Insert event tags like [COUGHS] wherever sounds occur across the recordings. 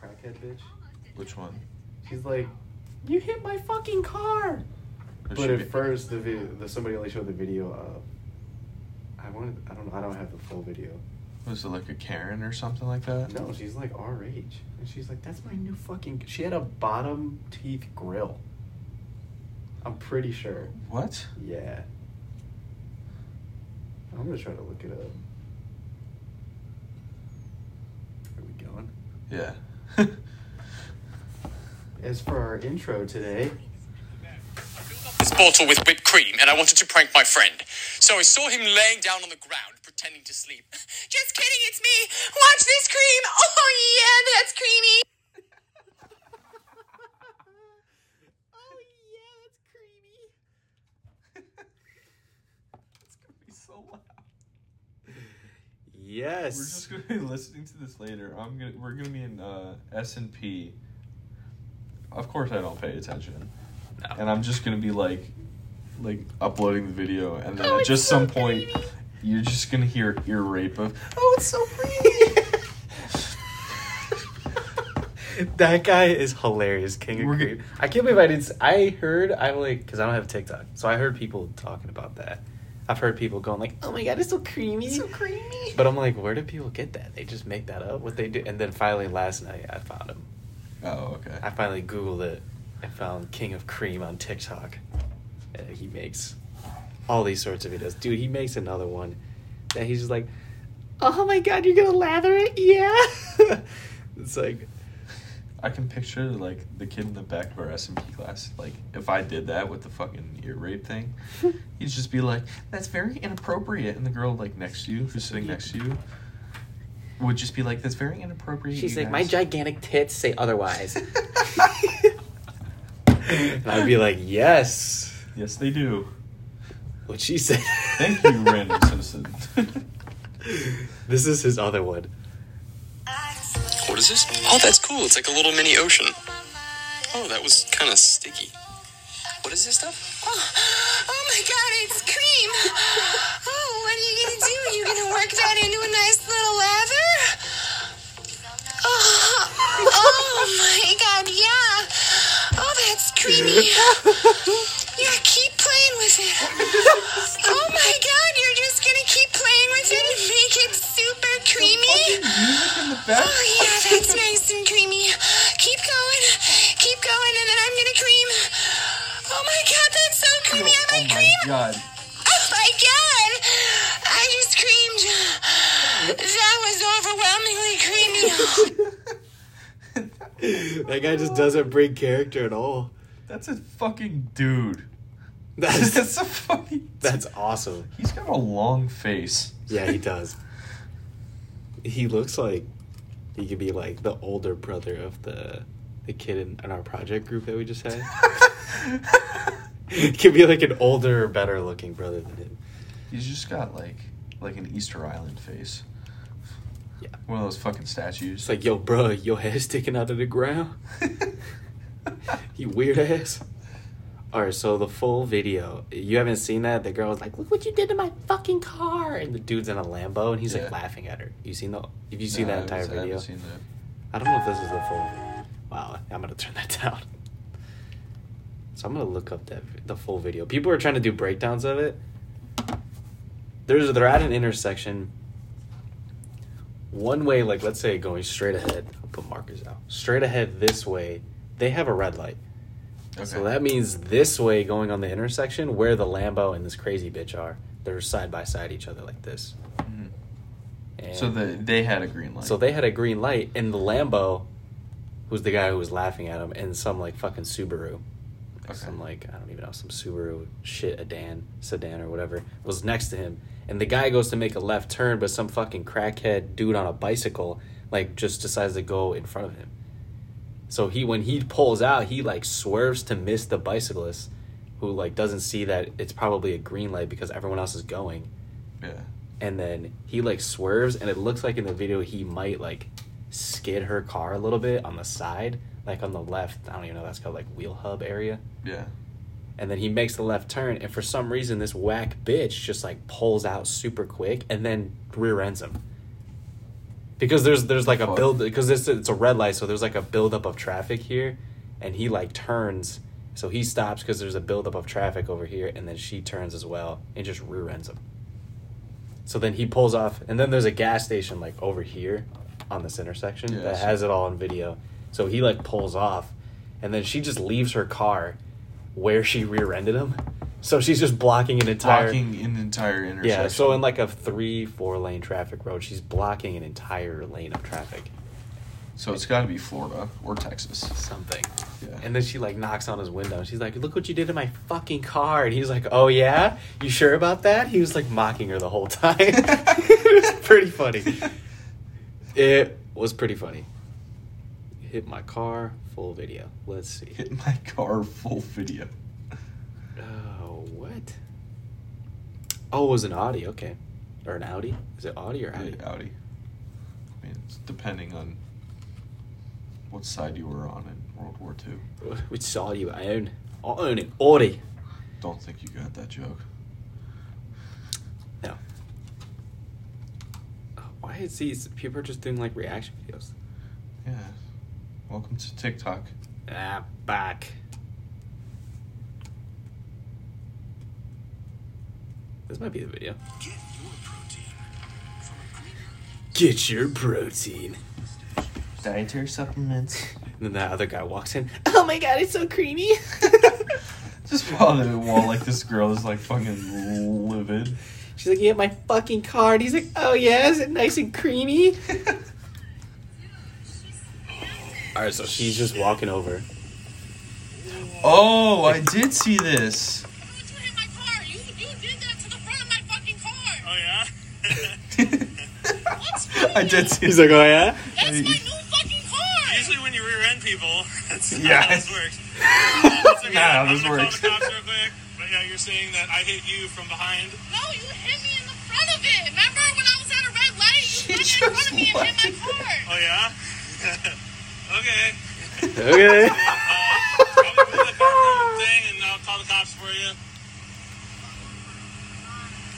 crackhead bitch. Which one? She's like, "You hit my fucking car." Or But should at we- first, the, vid- the somebody only showed the video of. I wanted. I don't know. I don't have the full video. was it like a Karen or something like that? No, she's like our age, and she's like, "That's my new fucking." She had a bottom teeth grill. I'm pretty sure. What? Yeah. I'm gonna try to look it up. Are we going? Yeah. [LAUGHS] As for our intro today, this bottle with whipped cream and I wanted to prank my friend. So I saw him laying down on the ground pretending to sleep. [LAUGHS] Just kidding, it's me. Watch this cream. [LAUGHS] Oh yeah, that's creamy. [LAUGHS] Oh yeah, that's creamy. it's gonna be so loud. Yes. We're just gonna be listening to this later. I'm gonna we're gonna be in uh, S and P. Of course, I don't pay attention, and I'm just gonna be like, like uploading the video, and then Oh, at it's just so some point, pretty. you're just gonna hear ear rape of. Oh, it's so pretty. [LAUGHS] that guy is hilarious, King of We're Creep. g- I can't believe I didn't. s- I heard I like because I don't have TikTok, so I heard people talking about that. I've heard people going like, "Oh my god, it's so creamy, so creamy. But I'm like, where do people get that? They just make that up. What they do, and then finally last night I found him. Oh, okay. I finally Googled it and found King of Cream on TikTok. And he makes all these sorts of videos. Dude, he makes another one that he's just like, oh my god, you're gonna lather it? Yeah. [LAUGHS] it's like, I can picture like the kid in the back of our S and P class. Like, if I did that with the fucking ear [LAUGHS] rape thing, he'd just be like, "That's very inappropriate," and the girl like next to you, who's sitting next to you, would just be like, "That's very inappropriate." she's you like, my guys." [LAUGHS] gigantic tits say otherwise. and [LAUGHS] I'd be like, yes. Yes, they do. What she said. Thank you, [LAUGHS] random citizen. [LAUGHS] This is his other one. What is this? Oh, that's cool. It's like a little mini ocean. Oh, that was kind of sticky. What is this stuff? Oh, oh my god, it's cream! Oh, what are you gonna do? Are you gonna work that into a nice little lather? Oh, oh my god, yeah! Oh, that's creamy! Yeah, keep playing with it! Oh my god, you're just gonna keep playing with it and make it super creamy? Oh yeah, that's nice and creamy. Keep going, keep going, and then I'm gonna cream. Oh my god, that's so creamy! I oh might my cream. god. Oh my god, I just creamed. That was overwhelmingly creamy. That guy just doesn't bring character at all. [LAUGHS] That's a fucking dude. [LAUGHS] That's, That's a fucking. that's awesome. He's got a long face. Yeah, [LAUGHS] he does. he looks like he could be like the older brother of the the kid in, in our project group that we just [LAUGHS] had. he could be like an older, better looking brother than him. He's just got like like an Easter Island face. Yeah. One of those fucking statues. [LAUGHS] It's like, yo, bro, your head sticking out of the ground. you weird ass. All right, so the full video. You haven't seen that? The girl was like, "Look what you did to my fucking car!" And the dude's in a Lambo, and he's Yeah. like laughing at her. You seen the? Have you seen that Nah, I entire haven't- I video? haven't seen that. I don't know if this is the full. Wow, I'm gonna turn that [LAUGHS] down. So I'm gonna look up that the full video. People are trying to do breakdowns of it. There's they're at an intersection. One way, like let's say going straight ahead. I'll put markers out. Straight ahead this way, they have a red light. So that means this way going on the intersection where the Lambo and this crazy bitch are, they're side by side each other like this. Mhm. And So the, they had a green light. so they had a green light, and the Lambo, who's the guy who was laughing at him, and some like fucking Subaru, like, Okay. some like I don't even know some Subaru shit a Dan sedan or whatever was next to him, and the guy goes to make a left turn, but some fucking crackhead dude on a bicycle like just decides to go in front of him. So he when he pulls out, he like swerves to miss the bicyclist, who like doesn't see that it's probably a green light because everyone else is going yeah. and then he like swerves and it looks like in the video he might like skid her car a little bit on the side like on the left i don't even know that's called like wheel hub area Yeah. and then he makes the left turn and for some reason this whack bitch just like pulls out super quick and then rear ends him because there's there's like a Fuck. build because this it's a red light, so there's like a buildup of traffic here, and he like turns, so he stops because there's a buildup of traffic over here, and then she turns as well and just rear ends him. So then he pulls off, and then there's a gas station like over here, on this intersection Yeah, I that see. has it all on video. So he like pulls off, and then she just leaves her car, where she rear ended him. So she's just blocking an entire blocking an entire intersection. yeah, so in like a three, four lane traffic road, she's blocking an entire lane of traffic. So it's got to be Florida or Texas. [LAUGHS] Something. Yeah. And then she like knocks on his window. She's like, "Look what you did to my fucking car!" And he's like, "Oh yeah, you sure about that?" He was like mocking her the whole time. [LAUGHS] it was pretty funny. It was pretty funny. Hit my car. Full video. Let's see. hit my car full video. Oh, what? Oh, it was an Audi. Okay, or an Audi? Is it Audi or Audi? Audi. Audi. I mean, it's depending on what side you were on in World War II. Which side you own? I own an Audi. Don't think you got that joke. No. Oh, Why is these people are just doing like reaction videos? Yeah. Welcome to TikTok. Ah, back. This might be the video. Get your protein. Dietary supplements. And then that other guy walks in. Oh my god, it's so creamy. [LAUGHS] [LAUGHS] Just follow the wall like this girl is like fucking livid. She's like, you hit my fucking car. And he's like, oh yeah, is it nice and [LAUGHS] creamy? All right, so she's just walking over. Oh, I did see this. You hit my car. You, you did that to the front of my fucking car. Oh yeah? I did see He's like, oh yeah. That's my new fucking car. Usually when you rear end people, that's Yeah. yeah. how this works. [LAUGHS] That's okay. Nah, how I'm this gonna works. Call the cops real quick. But yeah, you're saying that I hit you from behind. No, you hit me in the front of it. Remember when I was at a red light? You went in front of me and hit my car. Oh yeah? [LAUGHS] okay. Okay. I'll do the bathroom thing and I'll call the cops for you. [LAUGHS]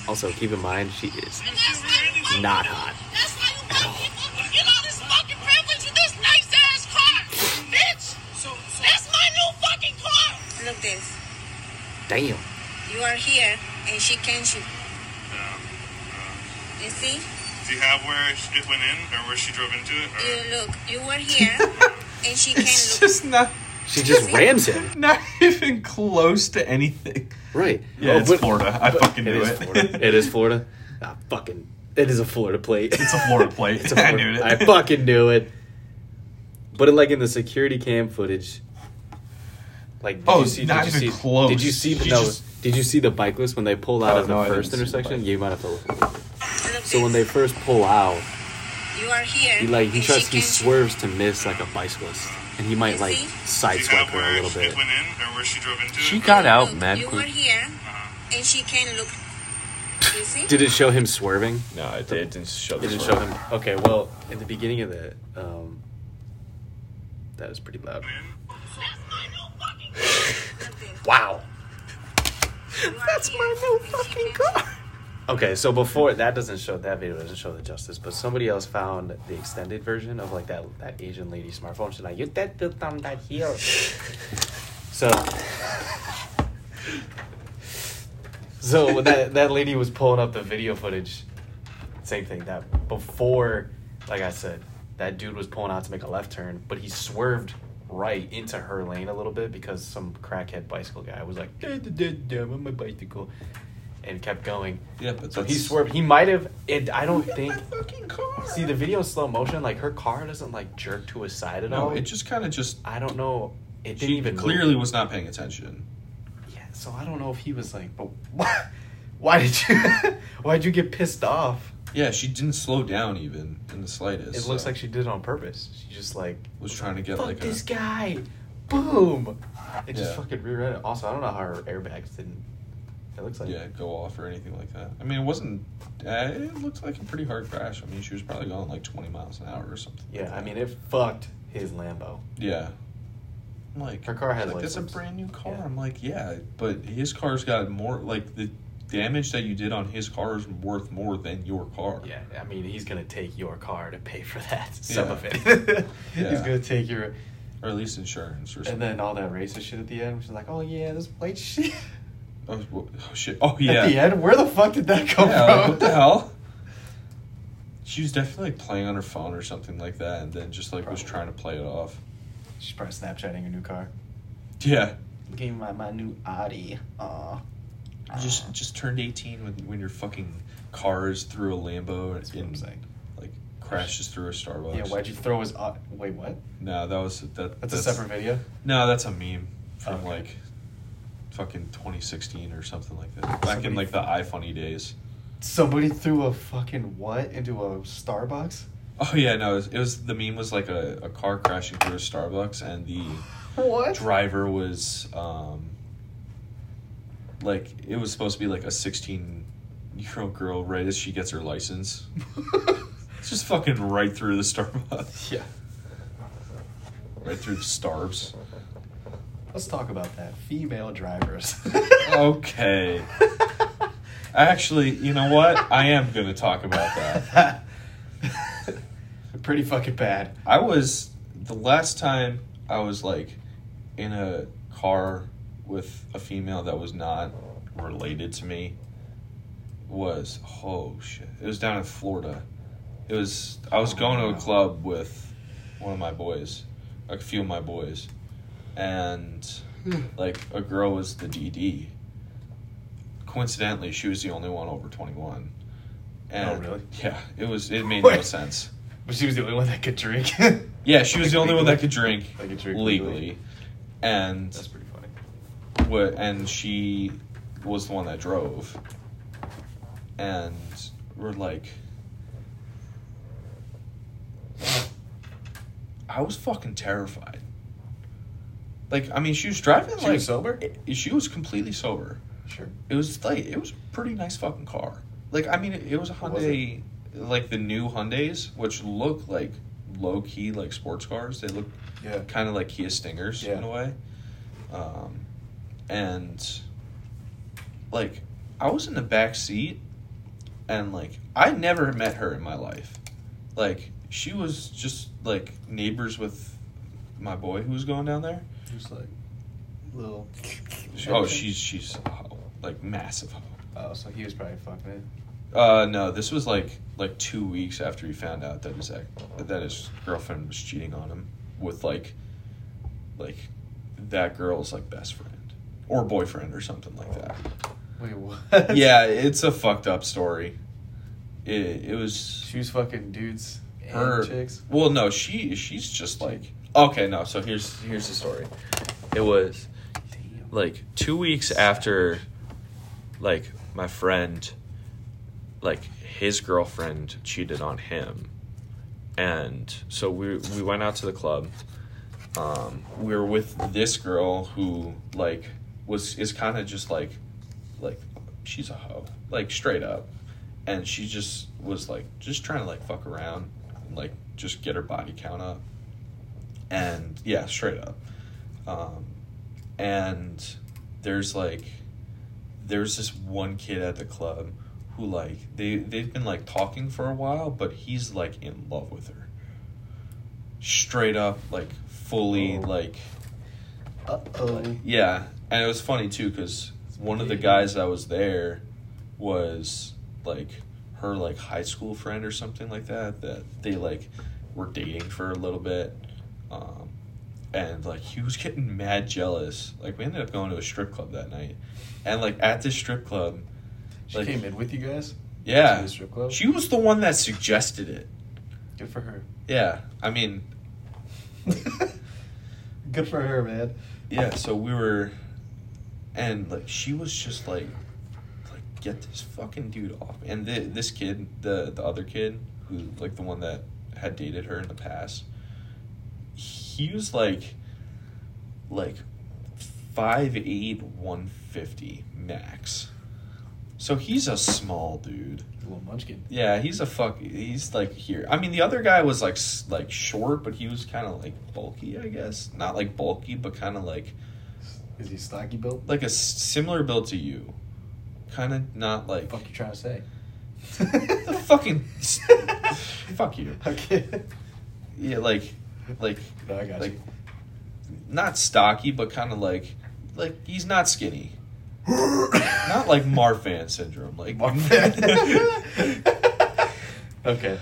Also, keep in mind, she is And that's why you fucking- not hot. That's why you white people get all this fucking privilege with this nice ass car, bitch. So, so That's my new fucking car. look this. Damn. You are here, and she can shoot. You see? Do you have where it went in or where she drove into it? You look. You were here, and she can It's look. just not She just rams him. not even close to anything. Right. Yeah, Oh, it's but- Florida. I fucking It knew is it. [LAUGHS] Florida. It is Florida. Ah, fucking. It is a Florida plate. It's a Florida plate. It's a [LAUGHS] I Florida- knew it. I fucking knew it. But like in the security cam footage, like did Oh, you see? not did you even see, close. Did you see? The, She no. just- Did you see the bikeless when they pulled out Oh, of the no, I didn't first see the intersection? bike. you might have to look. look So when this. they first pull out, you are here, he like he and tries she he can shoot. swerves to miss like a bicyclist, and he might like sideswipe her a little bit. went in or where she drove into She got out Look, mad You were quick. here, and she can look. You see? Did it show him swerving? No, it did. It didn't show. It didn't show him. Okay, well, in the beginning of the, um, that was pretty loud. That's my new fucking car. Wow. That's my new fucking car. Okay, so before that doesn't show that video doesn't show the justice, but somebody else found the extended version of like that that Asian lady smartphone. She's like, "You that built on that [LAUGHS] hill." so, so that that lady was pulling up the video footage. Same thing that before, like I said, that dude was pulling out to make a left turn, but he swerved right into her lane a little bit because some crackhead bicycle guy was like, "Duh, duh, duh, duh, I'm on my bicycle," and kept going. Yeah, but So he that's- swerved. He might have. It. I don't think. fucking car. See the video in slow motion. Like her car doesn't like jerk to his side at No, all. it just kind of just. I don't know. It didn't She even move. clearly was not paying attention. Yeah. So I don't know if he was like, but why? [LAUGHS] Why did you? [LAUGHS] why'd you get pissed off? Yeah, she didn't slow down even in the slightest. It looks so like she did it on purpose. She just like was trying to get fuck like a. this guy. Boom. It just Yeah. fucking rear-ended. Also, I don't know how her airbags didn't. It looks like. yeah, go off or anything like that. I mean, it wasn't. Uh, it looked like a pretty hard crash. I mean, she was probably going like 20 miles an hour or something. like Yeah. I that. mean, it fucked his Lambo. Yeah. I'm like Her car had like that's a license. brand new car. Yeah. I'm like, yeah, but his car's got more like the damage that you did on his car is worth more than your car. Yeah, I mean, he's gonna take your car to pay for that [LAUGHS] some Yeah. of it. [LAUGHS] He's Yeah. gonna take your, Or at least insurance or something. and then all that racist shit at the end, which is like, oh yeah, this white shit. [LAUGHS] oh, wha- oh, shit. Oh, yeah. At the end, where the fuck did that come Yeah, like, from? [LAUGHS] what the hell? She was definitely like playing on her phone or something like that, and then just like was Probably. trying to play it off. She's probably Snapchatting her new car. Yeah, Gave me my, my new Audi. uh, Aw. just just turned eighteen when when your fucking car is through a Lambo That's what I'm and saying. like crashes through a Starbucks. Yeah, why'd you throw his Audi? Wait, what? No, that was that. That's, a separate video? No, that's a meme from Okay. like fucking 2016 or something like that. Back Somebody- in like the iFunny days. Somebody threw a fucking what into a Starbucks? Oh yeah, no, it was, it was the meme was like a, a car crashing through a Starbucks and the What? driver was um like it was supposed to be like a 16 year old girl right as she gets her license. It's just fucking right through the Starbucks, yeah. right through the Starbs. Let's talk about that. Female drivers. [LAUGHS] Okay. [LAUGHS] Actually, you know what? I am going to talk about that. Pretty fucking bad. I was the last time I was like in a car with a female that was not related to me was oh shit. It was down in Florida. It was I was going Oh, to a club with one of my boys, like a few of my boys, and Hmm. like a girl was the DD. Coincidentally, she was the only one over twenty one. And Oh, really? Yeah, it was. It made no Wait. sense. But she was the only one that could drink. [LAUGHS] Yeah, she was the only one that could Legally. drink, That could drink legally. legally. and That's pretty funny. what? And she was the one that drove, and we're like, I was fucking terrified. Like, I mean, she was driving. She like, was sober? i- She was completely sober. Sure. It was like it was a pretty nice fucking car. Like, I mean, it, it was a What was Hyundai, like the new Hyundais, which look like low key like sports cars. They look Yeah. kind of like Kia Stingers in Yeah. a way. Um, and like I was in the back seat, and like I never met her in my life. Like she was just like neighbors with my boy who was going down there. Just like little. She- oh, she's she's a hoe, like massive. hoe. Oh, so he was probably fucking it. Uh, no, this was like like two weeks after he found out that his ex- that his girlfriend was cheating on him with like like that girl's like best friend or boyfriend or something like that. Wait, [LAUGHS] what? yeah, it's a fucked up story. It it was She was fucking dudes and her. chicks. Well, no, she she's just like okay. No, so here's here's the story. It was Damn. like two weeks after like my friend like his girlfriend cheated on him and so we we went out to the club um we were with this girl who like was is kind of just like like she's a hoe like straight up and she just was like just trying to like fuck around and like just get her body count up and yeah straight up um and there's like there's this one kid at the club who like they they've been like talking for a while but he's like in love with her straight up like fully Oh. like Uh oh. yeah and it was funny too because one of the guys that was there was like her like high school friend or something like that that they like were dating for a little bit um, and like he was getting mad jealous like we ended up going to a strip club that night and like at this strip club She Like- came in with you guys. yeah To the strip club? she was the one that suggested it Good for [LAUGHS] her. yeah i mean Good for her, man. yeah so we were and like she was just like like get this fucking dude off and the, this kid the the other kid who like the one that had dated her in the past he was like like 5'8 150 max so he's a small dude Little munchkin. yeah, he's a fuck. He's like here. I mean, the other guy was like s- like short, but he was kind of like bulky, I guess. Not like bulky, but kind of like Is he stocky built? like a s- similar build to you, kind of not like fuck you trying to say? the [LAUGHS] [LAUGHS] fucking [LAUGHS] Fuck you. okay. Yeah, like, like, No, I got like, you. not stocky, but kind of like, like he's not skinny. not [LAUGHS] like [LAUGHS] Marfan syndrome, like okay.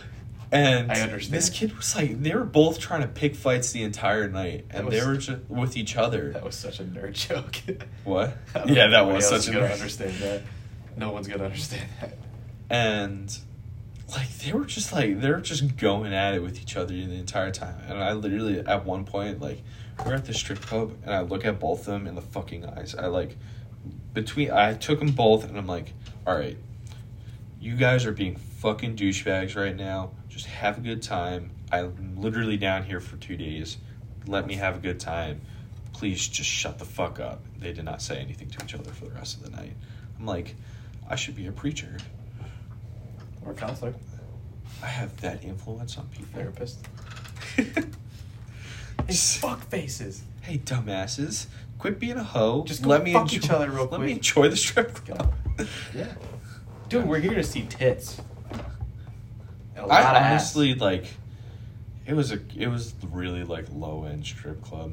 And I understand. This kid was like, they were both trying to pick fights the entire night, That and was- they were just with each other. That was such a nerd joke. what? [LAUGHS] I don't Yeah, think that anybody was else such is a gonna nerd- understand that. No one's gonna understand that. and like they were just like they were just going at it with each other the entire time and i literally at one point like we're at the strip club and i look at both of them in the fucking eyes i like between i took them both and i'm like all right you guys are being fucking douchebags right now just have a good time i'm literally down here for two days let me have a good time please just shut the fuck up they did not say anything to each other for the rest of the night i'm like i should be a preacher Or counselor, I have that influence on people. therapist. Just- Fuck faces. [LAUGHS] hey, dumbasses, quit being a hoe. Just go fuck each other real Let me quick. enjoy the strip club. Yeah. Dude, we're here to see tits. And a lot of I ass. honestly like. It was a. It was really like low end strip club.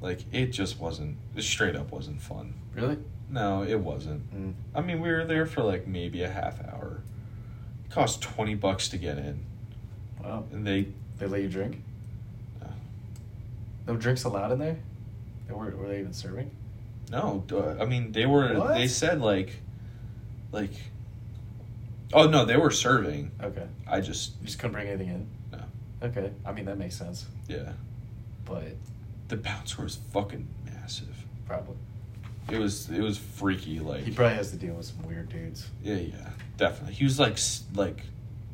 Like it just wasn't. It straight up wasn't fun. Really? No, it wasn't. Mm. I mean, we were there for like maybe a half hour. It cost twenty bucks to get in, Wow. and they They let you drink? No. No drinks allowed in there? They were, were they even serving? No, duh, I mean they were. What? They said like, like. Oh no, they were serving. Okay. I just You just couldn't bring anything in? No. Okay. I mean, that makes sense. yeah. But The bouncer was fucking massive. probably. It was it was freaky like. He probably has to deal with some weird dudes. yeah yeah definitely. He was like s- like,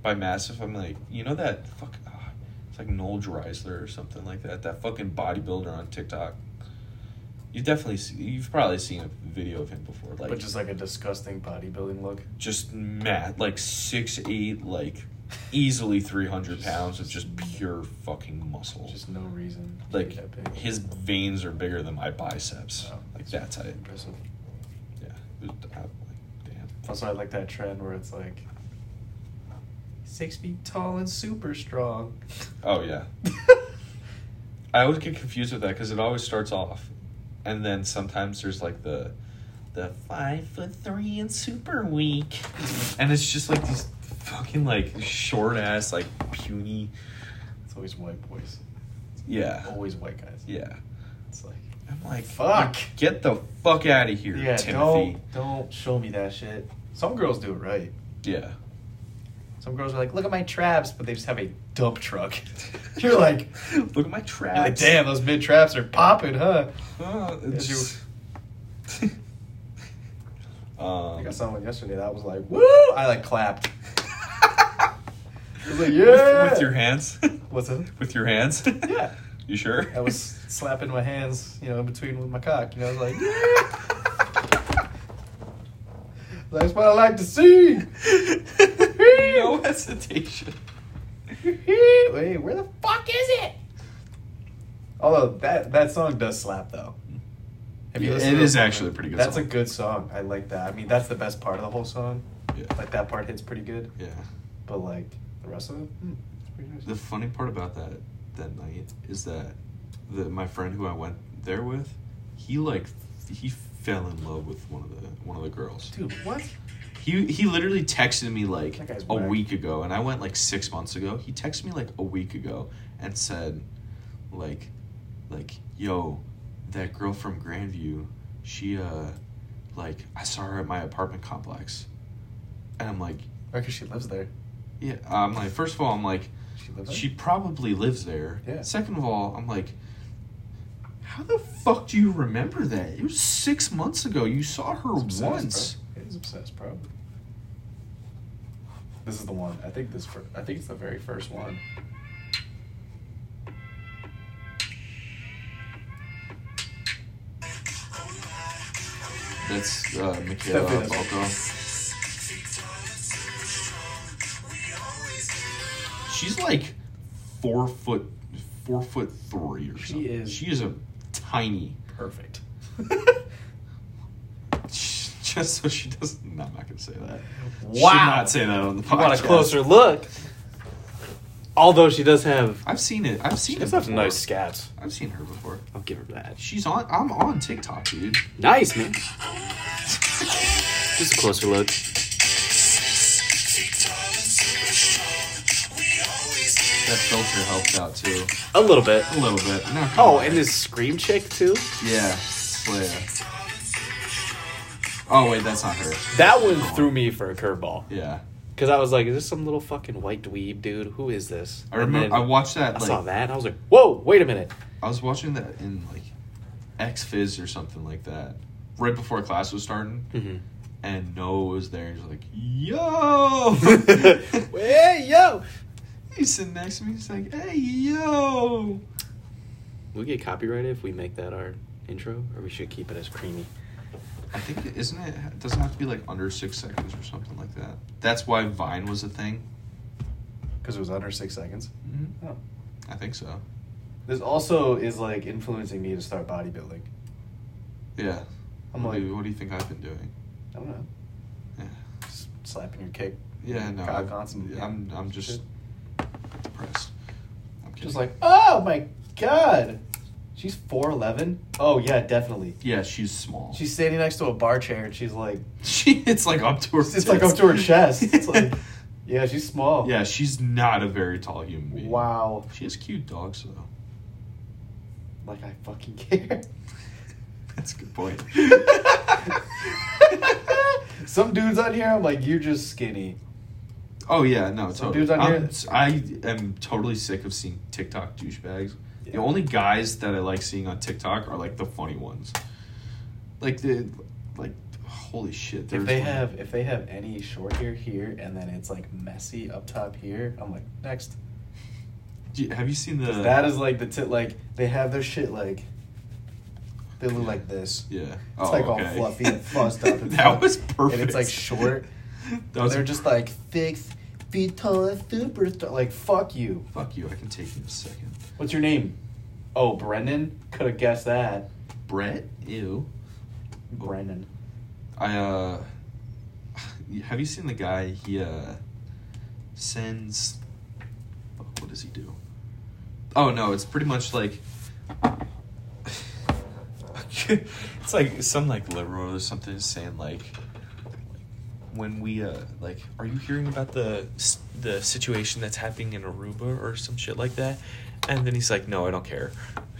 by massive I'm like you know that fuck. ah, it's like Noel Dreisler or something like that. That fucking bodybuilder on TikTok. You definitely see, you've probably seen a video of him before. Like But just like a disgusting bodybuilding look. just mad, like six eight, like easily three hundred pounds of just pure fucking muscle. Just no reason. to be like that big. his veins are bigger than my biceps. Wow. Like that tight. Impressive. Yeah. It was- I'm like, damn. Also, I like that trend where it's like six feet tall and super strong. [LAUGHS] Oh yeah. I always get confused with that because it always starts off, and then sometimes there's like the, the five foot three and super weak, and it's just like these fucking like short ass like puny. It's always white boys. Yeah. Always white guys. Yeah. It's like I'm like, Fuck. Get the fuck out of here, yeah. Timothy. Don't don't show me that shit. Some girls do it right. Yeah. Some girls are like, look at my traps, but they just have a dump truck. [LAUGHS] [LAUGHS] you're like, you're Look at my traps. like, damn, those mid traps are popping, huh? Uh, Yes, you- I [LAUGHS] um, got someone yesterday that was like, woo! I like clapped. [LAUGHS] I was like, yeah. With your hands? [LAUGHS] What's it? with your [LAUGHS] hands? Yeah. You sure? I was slapping my hands, you know, in between with my cock. You know, I was like, that's what I like to [LAUGHS] see. [LAUGHS] no hesitation. Wait, where the fuck is it? Although that that song does slap though. Have you Yeah, listened it to is that song? actually a pretty good That's song. a good song. I like that. I mean, that's the best part of the whole song. Yeah. Like that part hits pretty good, yeah. but like the rest of it, hmm, it's pretty nice. The funny part about that that night is that the, my friend who I went there with, he like he fell in love with one of the one of the girls. Dude, what? He he literally texted me like That guy's a whack. week ago, and I went like six months ago. He texted me like a week ago and said, like, like yo, that girl from Grandview, she uh, like I saw her at my apartment complex, and I'm like, Because Oh, she lives there. yeah, I'm like, first of all, I'm like, She lives there. she probably lives there. Yeah. Second of all, I'm like, how the fuck do you remember that? It was six months ago. You saw her Obsessed, once. Bro. It is obsessed, bro. This is the one. I think this. Fir- I think it's the very first one. That's uh, Michaela Definitely that's- Balco. She's like four foot, four foot three or She something. is- She is a tiny. Perfect. [LAUGHS] just so she doesn't. No, I'm not gonna say that. Should Wow. not say that on the podcast. You want a closer look. Although she does have, I've seen it. I've she seen it. does have before. nice scats. I've seen her before. I'll give her that. She's on. I'm on TikTok, dude. Nice man. Just a closer look. That filter helped out too A little bit. a little bit. No, come Oh, on. and this scream chick too. yeah, Slayer. Oh wait, that's not her. That one threw me for a curveball Yeah, because I was like, "Is this some little fucking white dweeb dude? Who is this?" I And remember. then I watched that. I Like, saw that. and I was like, "Whoa, wait a minute." I was watching that in like X Fizz or something like that, right before class was starting, and Noah was there. and He's like, [LAUGHS] "Yo!" [LAUGHS] hey yo, he's sitting next to me. He's like, "Hey, yo!" we get copyrighted if we make that our intro, or we should keep it as creamy. I think it- isn't it? It doesn't have to be like under six seconds or something like that. That's why Vine was a thing. Because it was under six seconds. Oh. I think so. This also is like influencing me to start bodybuilding. Yeah. I'm what, like, do you, what do you think I've been doing? Mm-hmm. I don't know, Yeah. just slapping your kick. Yeah, no. cock I've- on some- I'm, I'm just Shit. depressed. I'm kidding. Just like, oh my god, she's four eleven. Oh yeah, definitely. yeah, she's small. She's standing next to a bar chair and she's like, [LAUGHS] she, it's like up to her. it's like up to [LAUGHS] her chest. It's like, yeah, she's small. yeah, she's not a very tall human being. Wow. She has cute dogs though. [LAUGHS] Like I fucking [LAUGHS] care. That's a [LAUGHS] good point. Some dudes on here, I'm like, you're just skinny. oh yeah, no, totally. dudes on I'm- here- I am totally sick of seeing TikTok douchebags. The Yeah. only guys that I like seeing on TikTok are like the funny ones. Like the like holy shit. If there's they like- have if they have any short hair here and then it's like messy up top here, I'm like, next. Do you- have you seen the that is like the tit like they have their shit like they look like this. Yeah. It's It's like all fluffy and fussed [LAUGHS] up. And Oh, that stuff. was perfect. And it's like short. [LAUGHS] That was They're just like fixed, feet tall, superstar. Like fuck you. fuck you. I can take you in a second. What's your name? Oh, Brendan. Could have guessed that. Brett, ew. Brendan. I uh, [SIGHS] have you seen the guy? He uh, sends. fuck, What does he do? Oh no! It's pretty much like. [SIGHS] it's like some like liberal or something saying like. When we uh like, are you hearing about the s- the situation that's happening in Aruba or some shit like that? And then he's like, no, I don't care.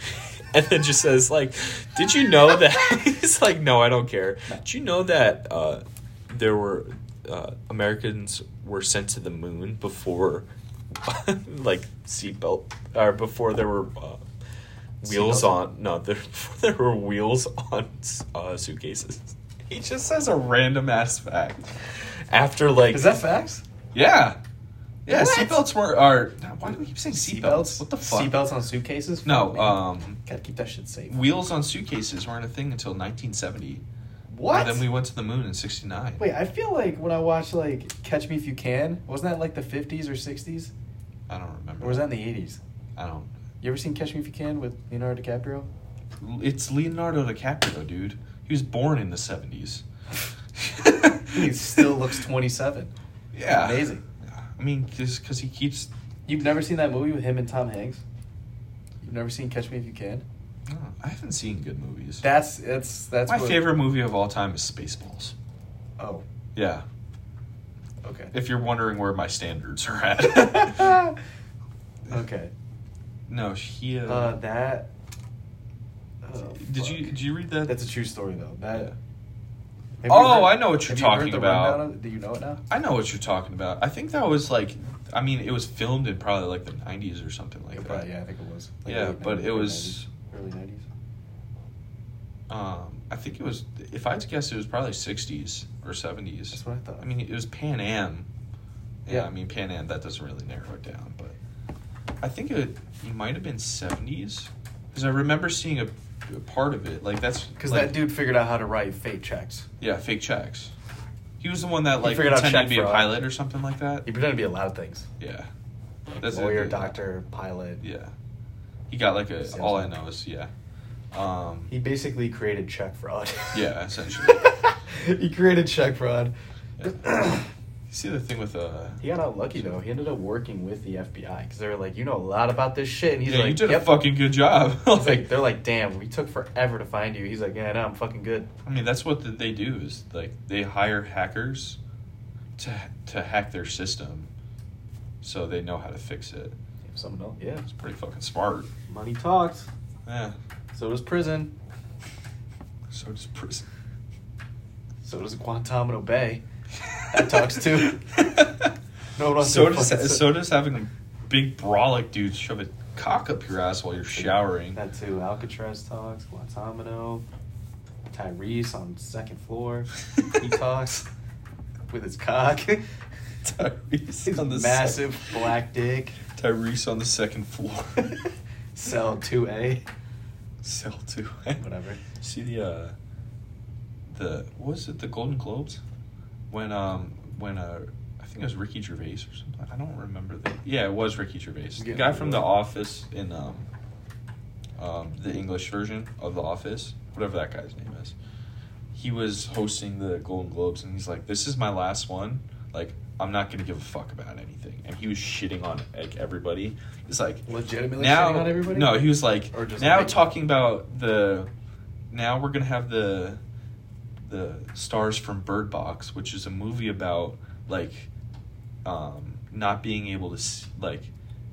[LAUGHS] and then just says like, did you know that? [LAUGHS] he's like, no, I don't care. Did you know that uh, there were uh, Americans were sent to the moon before [LAUGHS] like seatbelt or before there were uh, wheels Seatbelts. on no [LAUGHS] there, before there were wheels on uh, suitcases. He just says a random ass fact after like Is that facts? yeah. Yeah, What? seatbelts were are. Why do we keep saying seatbelts? What the fuck? Seatbelts on suitcases? No, Man, um, gotta keep that shit safe. wheels on suitcases weren't a thing until 1970. What? And then we went to the moon in '69. Wait, I feel like when I watched like Catch Me If You Can, wasn't that like the fifties or sixties, I don't remember. or was that in the eighties? I don't. You ever seen Catch Me If You Can with Leonardo DiCaprio? It's Leonardo DiCaprio, dude. He was born in the '70s. [LAUGHS] He still [LAUGHS] looks twenty-seven. Yeah. Amazing. I mean, just because he keeps. You've never seen that movie with him and Tom Hanks? You've never seen Catch Me If You Can? I, don't know, oh, I haven't seen good movies. That's it's that's My what- favorite movie of all time is Spaceballs. Oh, Yeah. okay. If you're wondering where my standards are at. [LAUGHS] [LAUGHS] okay. no, he. Uh, Uh, that. Oh, Did fuck. you did you read that? That's a true story though. That. Yeah. Have you Oh, I know what you're have you heard talking the about. rundown of- Do you know it now? I know what you're talking about. I think that was like, I mean, it was filmed in probably like the '90s or something like Yeah, that. probably, uh, yeah, I think it was. Yeah, late but 90s, it early was- 90s, early nineties. Um, I think it was. If I had to guess, it was probably '60s or '70s. That's what I thought. I mean, it was Pan Am. Yeah, Yeah. I mean Pan Am. That doesn't really narrow it down, but I think it, it might have been '70s because I remember seeing a, a part of it. Like that's because like, that dude figured out how to write fake checks. Yeah, fake checks. He was the one that like figured out pretended check to be a fraud. pilot or something like that. He pretended to be a lot of things: Yeah, lawyer, it. doctor, pilot. Yeah, he got like a. Sounds all I like- know is yeah. Um, He basically created check fraud. [LAUGHS] yeah, essentially. he created check fraud. [COUGHS] You see the thing with uh. He got out lucky though. He ended up working with the FBI because they were like, "You know a lot about this shit," and he's yeah, like, you did "Yep." a fucking good job. [LAUGHS] He's like, they're like, "Damn, we took forever to find you." He's like, "Yeah, no, I'm fucking good." I mean, that's what th- they do is like they hire hackers to to hack their system, so they know how to fix it. Something else, yeah. It's pretty fucking smart. Money talks. Yeah. So does prison. So does prison. So does Guantanamo Bay. That talks [LAUGHS] too. No one wants so to fucking does sit- so does having a big brolic dude shove a cock up your ass while you're showering. That too. Alcatraz talks. Guantanamo. Tyrese on second floor. [LAUGHS] He talks with his cock. [LAUGHS] Tyrese His on the massive sec- black dick. Tyrese on the [LAUGHS] second floor. Cell two [LAUGHS] A. Cell two. Whatever. See the uh, the what was it the Golden Globes when um when uh I think it was Ricky Gervais or something. I don't remember the yeah it was Ricky Gervais. The Yeah. guy from The Office in um um the English version of The Office, whatever that guy's name is. He was hosting the Golden Globes and he's like, "This is my last one. Like, I'm not gonna give a fuck about anything." And he was shitting on like everybody. He's like, Legitimately now, shitting on everybody? No, he was like Or just now like- talking about the now we're gonna have the the stars from Bird Box, which is a movie about like um, not being able to s like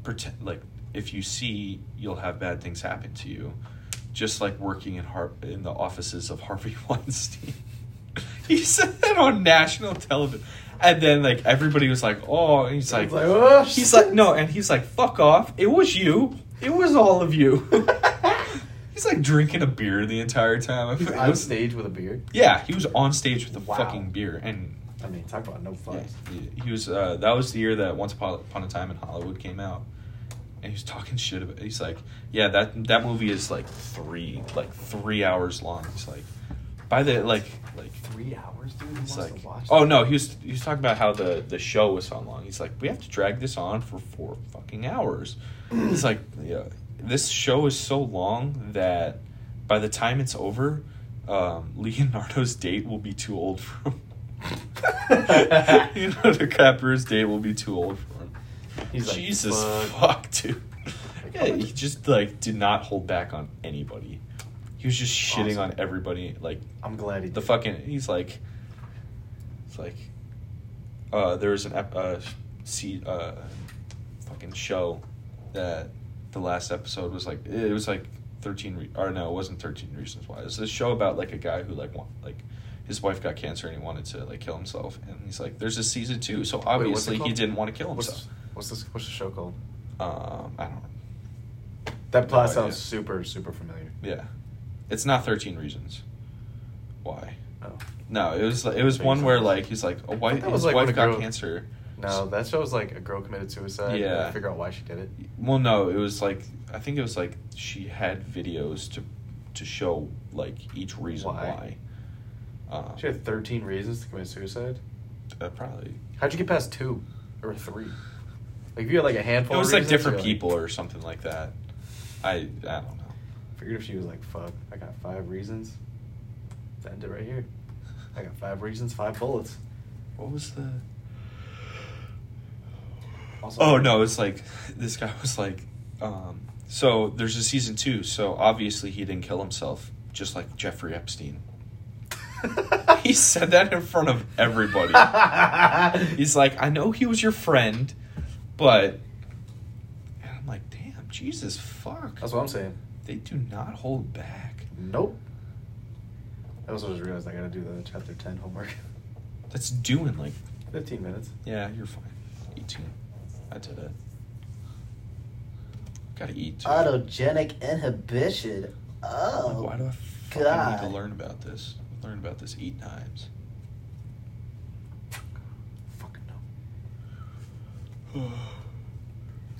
pretend like if you see you'll have bad things happen to you, just like working in Har- in the offices of Harvey [LAUGHS] Weinstein. he said that on national television. And then like everybody was like, "Oh," and he's like, It's like, oh, He's like, no, and he's like, fuck off. It was you. It was all of you. [LAUGHS] he's like drinking a beer the entire time. He's It on was- stage with a beard. Yeah, he was on stage with a Wow. fucking beer, and I mean, talk about no fucks. yeah, he, he was. Uh, that was the year that Once Upon Upon a Time in Hollywood came out, and he was talking shit about. He's like, yeah, that that movie is like three, like three hours long. He's like, by the like, like Three hours, dude. Who He's wants like, to watch oh that? no, he was he was talking about how the the show was on long. He's like, we have to drag this on for four [CLEARS THROAT] fucking hours. He's like, yeah, this show is so long that by the time it's over, um, [LAUGHS] Leonardo's date will be too old [LAUGHS] for him. [LAUGHS] you know, DiCaprio's date will be too old for him. He's like, Jesus fuck. [LAUGHS] fuck, dude. Yeah, he just like did not hold back on anybody. He was just shitting Awesome. on everybody, like I'm glad he the did. fucking he's like it's like uh there was an ep- uh see uh fucking show that the last episode was like it was like 13 re- or no it wasn't 13 reasons why it was this show about like a guy who like want, like his wife got cancer and he wanted to like kill himself and he's like there's a season two so Wait, what's it obviously he called? didn't want to kill What's, himself what's this? What's the show called? um i don't know That plot idea. sounds super, super familiar. yeah it's not 13 reasons why Oh. no it was it was one where like he's like a wife that his was, like, when wife a got girl- cancer No, that show was like a girl committed suicide. and Yeah. they figure out why she did it. Well, no, it was like I think it was like she had videos to to show like each reason Why? why. Uh, She had 13 reasons to commit suicide. uh, probably How'd you get past two or three? Like if you had like a handful. it was of like reasons, different you're people or something like that. I I don't know. Figured if she was like, "Fuck, I got five reasons." Let's end it right here. I got five reasons, five bullets. What was the? Also, [LAUGHS] Oh no, it's like [LAUGHS] this guy was like, um, so there's a season two, so obviously he didn't kill himself, just like Jeffrey Epstein. he said that in front of [LAUGHS] everybody. He's like, I know he was your friend, but. And I'm like, damn, Jesus fuck. That's what I'm saying. They do not hold back. Nope. I also just realized I gotta do the chapter 10 homework. [LAUGHS] That's doing like, 15 minutes. yeah, you're fine. 18. I did it. Gotta eat. too. Autogenic inhibition. Like, Oh. why do I fucking God. need to learn about this? I've learned about this eight times. Fucking no.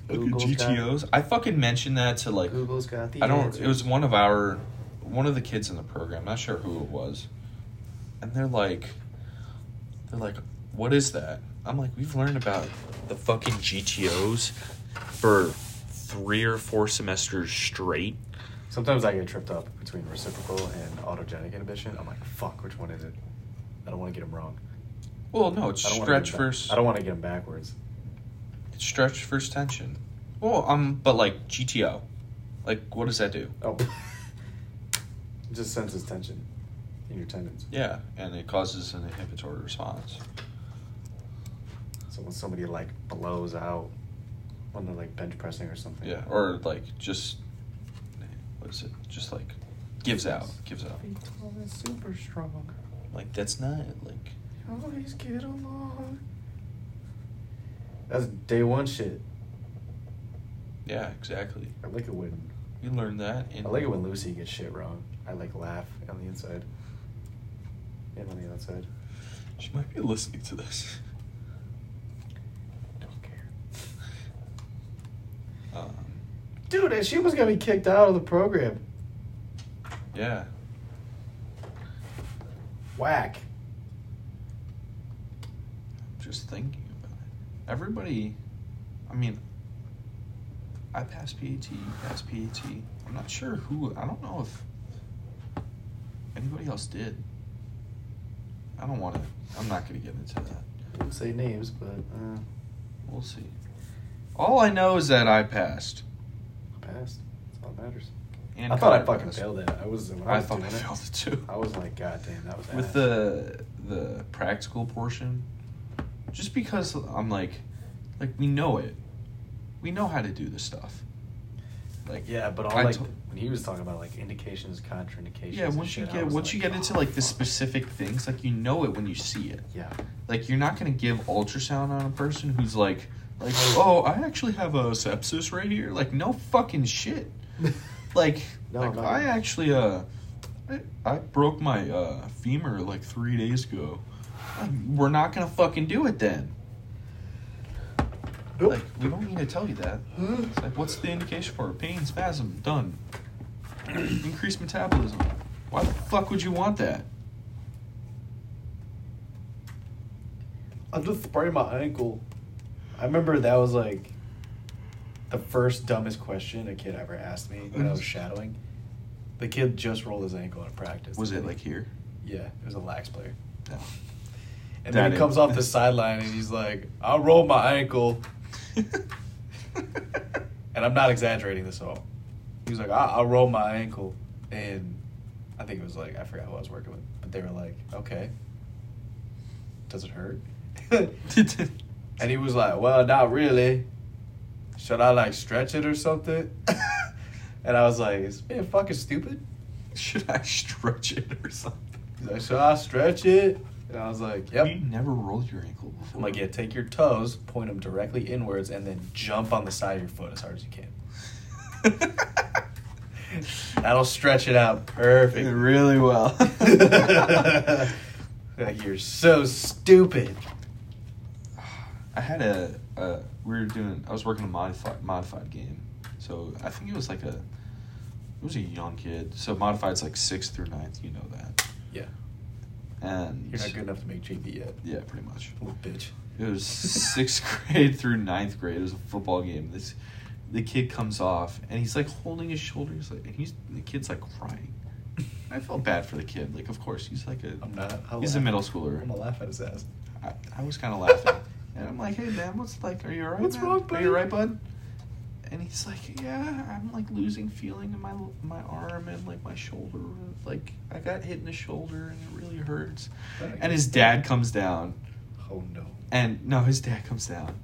Look Google's at got- GTOs. I fucking mentioned that to like Google's got the I don't. answers. It was one of our, one of the kids in the program. Not sure who it was, and they're like, they're like, what is that? I'm like, we've learned about the fucking GTOs for three or four semesters straight. Sometimes I get tripped up between reciprocal and autogenic inhibition. I'm like, fuck, which one is it? I don't want to get him wrong. Well, no, it's I don't wanna get stretch 'em ba- versus I don't want to get him backwards. it's stretch versus tension. Well, um, but like GTO, like what does that do? Oh, [LAUGHS] It just senses tension in your tendons. Yeah, and it causes an inhibitory response. So when somebody like blows out when they're like bench pressing or something. Yeah, or like just what is it? Just like gives out, gives out. Oh, that's super strong. Like that's not like Always get along. That's day one shit. yeah, exactly. I like it when We learned that in I like it when Lucy gets shit wrong. I like laugh on the inside. And on the outside. She might be listening to this. [LAUGHS] Don't care. Um, Dude, and she was gonna be kicked out of the program. yeah, Whack. just thinking about it. Everybody, I mean, I passed PAT, you passed PAT. I'm not sure who, I don't know if anybody else did. I don't want to, I'm not going to get into that. Won't say names, but uh, We'll see. All I know is that I passed. passed. That's all that matters. And I thought I Connor fucking passed. failed it. I was when I, I, was thought doing I it. failed it too. I was like, God damn, that was ass. with the the practical portion just because i'm like like we know it we know how to do this stuff like yeah, but all I like to- when he was talking about like indications, contraindications. yeah and once you shit, I get was once like, you get "Oh, into like the fuck." specific things like you know it when you see it Yeah, like you're not gonna give ultrasound on a person who's like like oh i actually have a sepsis right here like no [LAUGHS] fucking shit like No, like no. i actually uh I, I broke my uh femur like three days ago like, we're not gonna fucking do it then Nope. Hmm? like we don't need to tell you that it's like what's the indication for it? pain spasm done [CLEARS THROAT] increased metabolism why the fuck would you want that I just sprained my ankle. I remember that was like the first dumbest question a kid ever asked me when I [LAUGHS] was shadowing. The kid just rolled his ankle in practice. was it like here Yeah, it was a lax player. no And then That he is- comes off [LAUGHS] the sideline and he's like, I rolled my ankle. and I'm not exaggerating this at all. He was like, I, I rolled my ankle, and I think it was like I forgot who I was working with, but they were like, okay, does it hurt? [LAUGHS] and he was like, well, not really. Should I like stretch it or something? [LAUGHS] and I was like, is this being fucking stupid? [LAUGHS] Should I stretch it or something? He's like, should I stretch it? And I was like, yep. You never rolled your ankle before. I'm like, [LAUGHS] yeah, take your toes, point them directly inwards, and then jump on the side of your foot as hard as you can. That'll stretch it out perfect. [LAUGHS] really well. [LAUGHS] Like, You're so stupid. I had a, a we were doing I was working a modified modified game, so I think it was like a it was a young kid. So modified's like sixth through ninth, you know that. Yeah. And You're not good enough to make GP yet. Yeah, pretty much. Little bitch. It was sixth [LAUGHS] grade through ninth grade. It was a football game. This the kid comes off and he's like holding his shoulder. He's like, and he's the kid's like crying. I felt bad for the kid. Like, of course, he's like a I'm not. I'll he's a laugh. middle I'm schooler. gonna laugh at his ass. I, I was kind of laughing, [LAUGHS] and I'm like, hey man, what's like? Are you alright? What's man? wrong, Are buddy?" you alright, bud? And he's like, yeah, I'm like losing feeling in my my arm and like my shoulder. Like I got hit in the shoulder and it really hurts. And his dad comes down Oh no. and no, his dad comes down.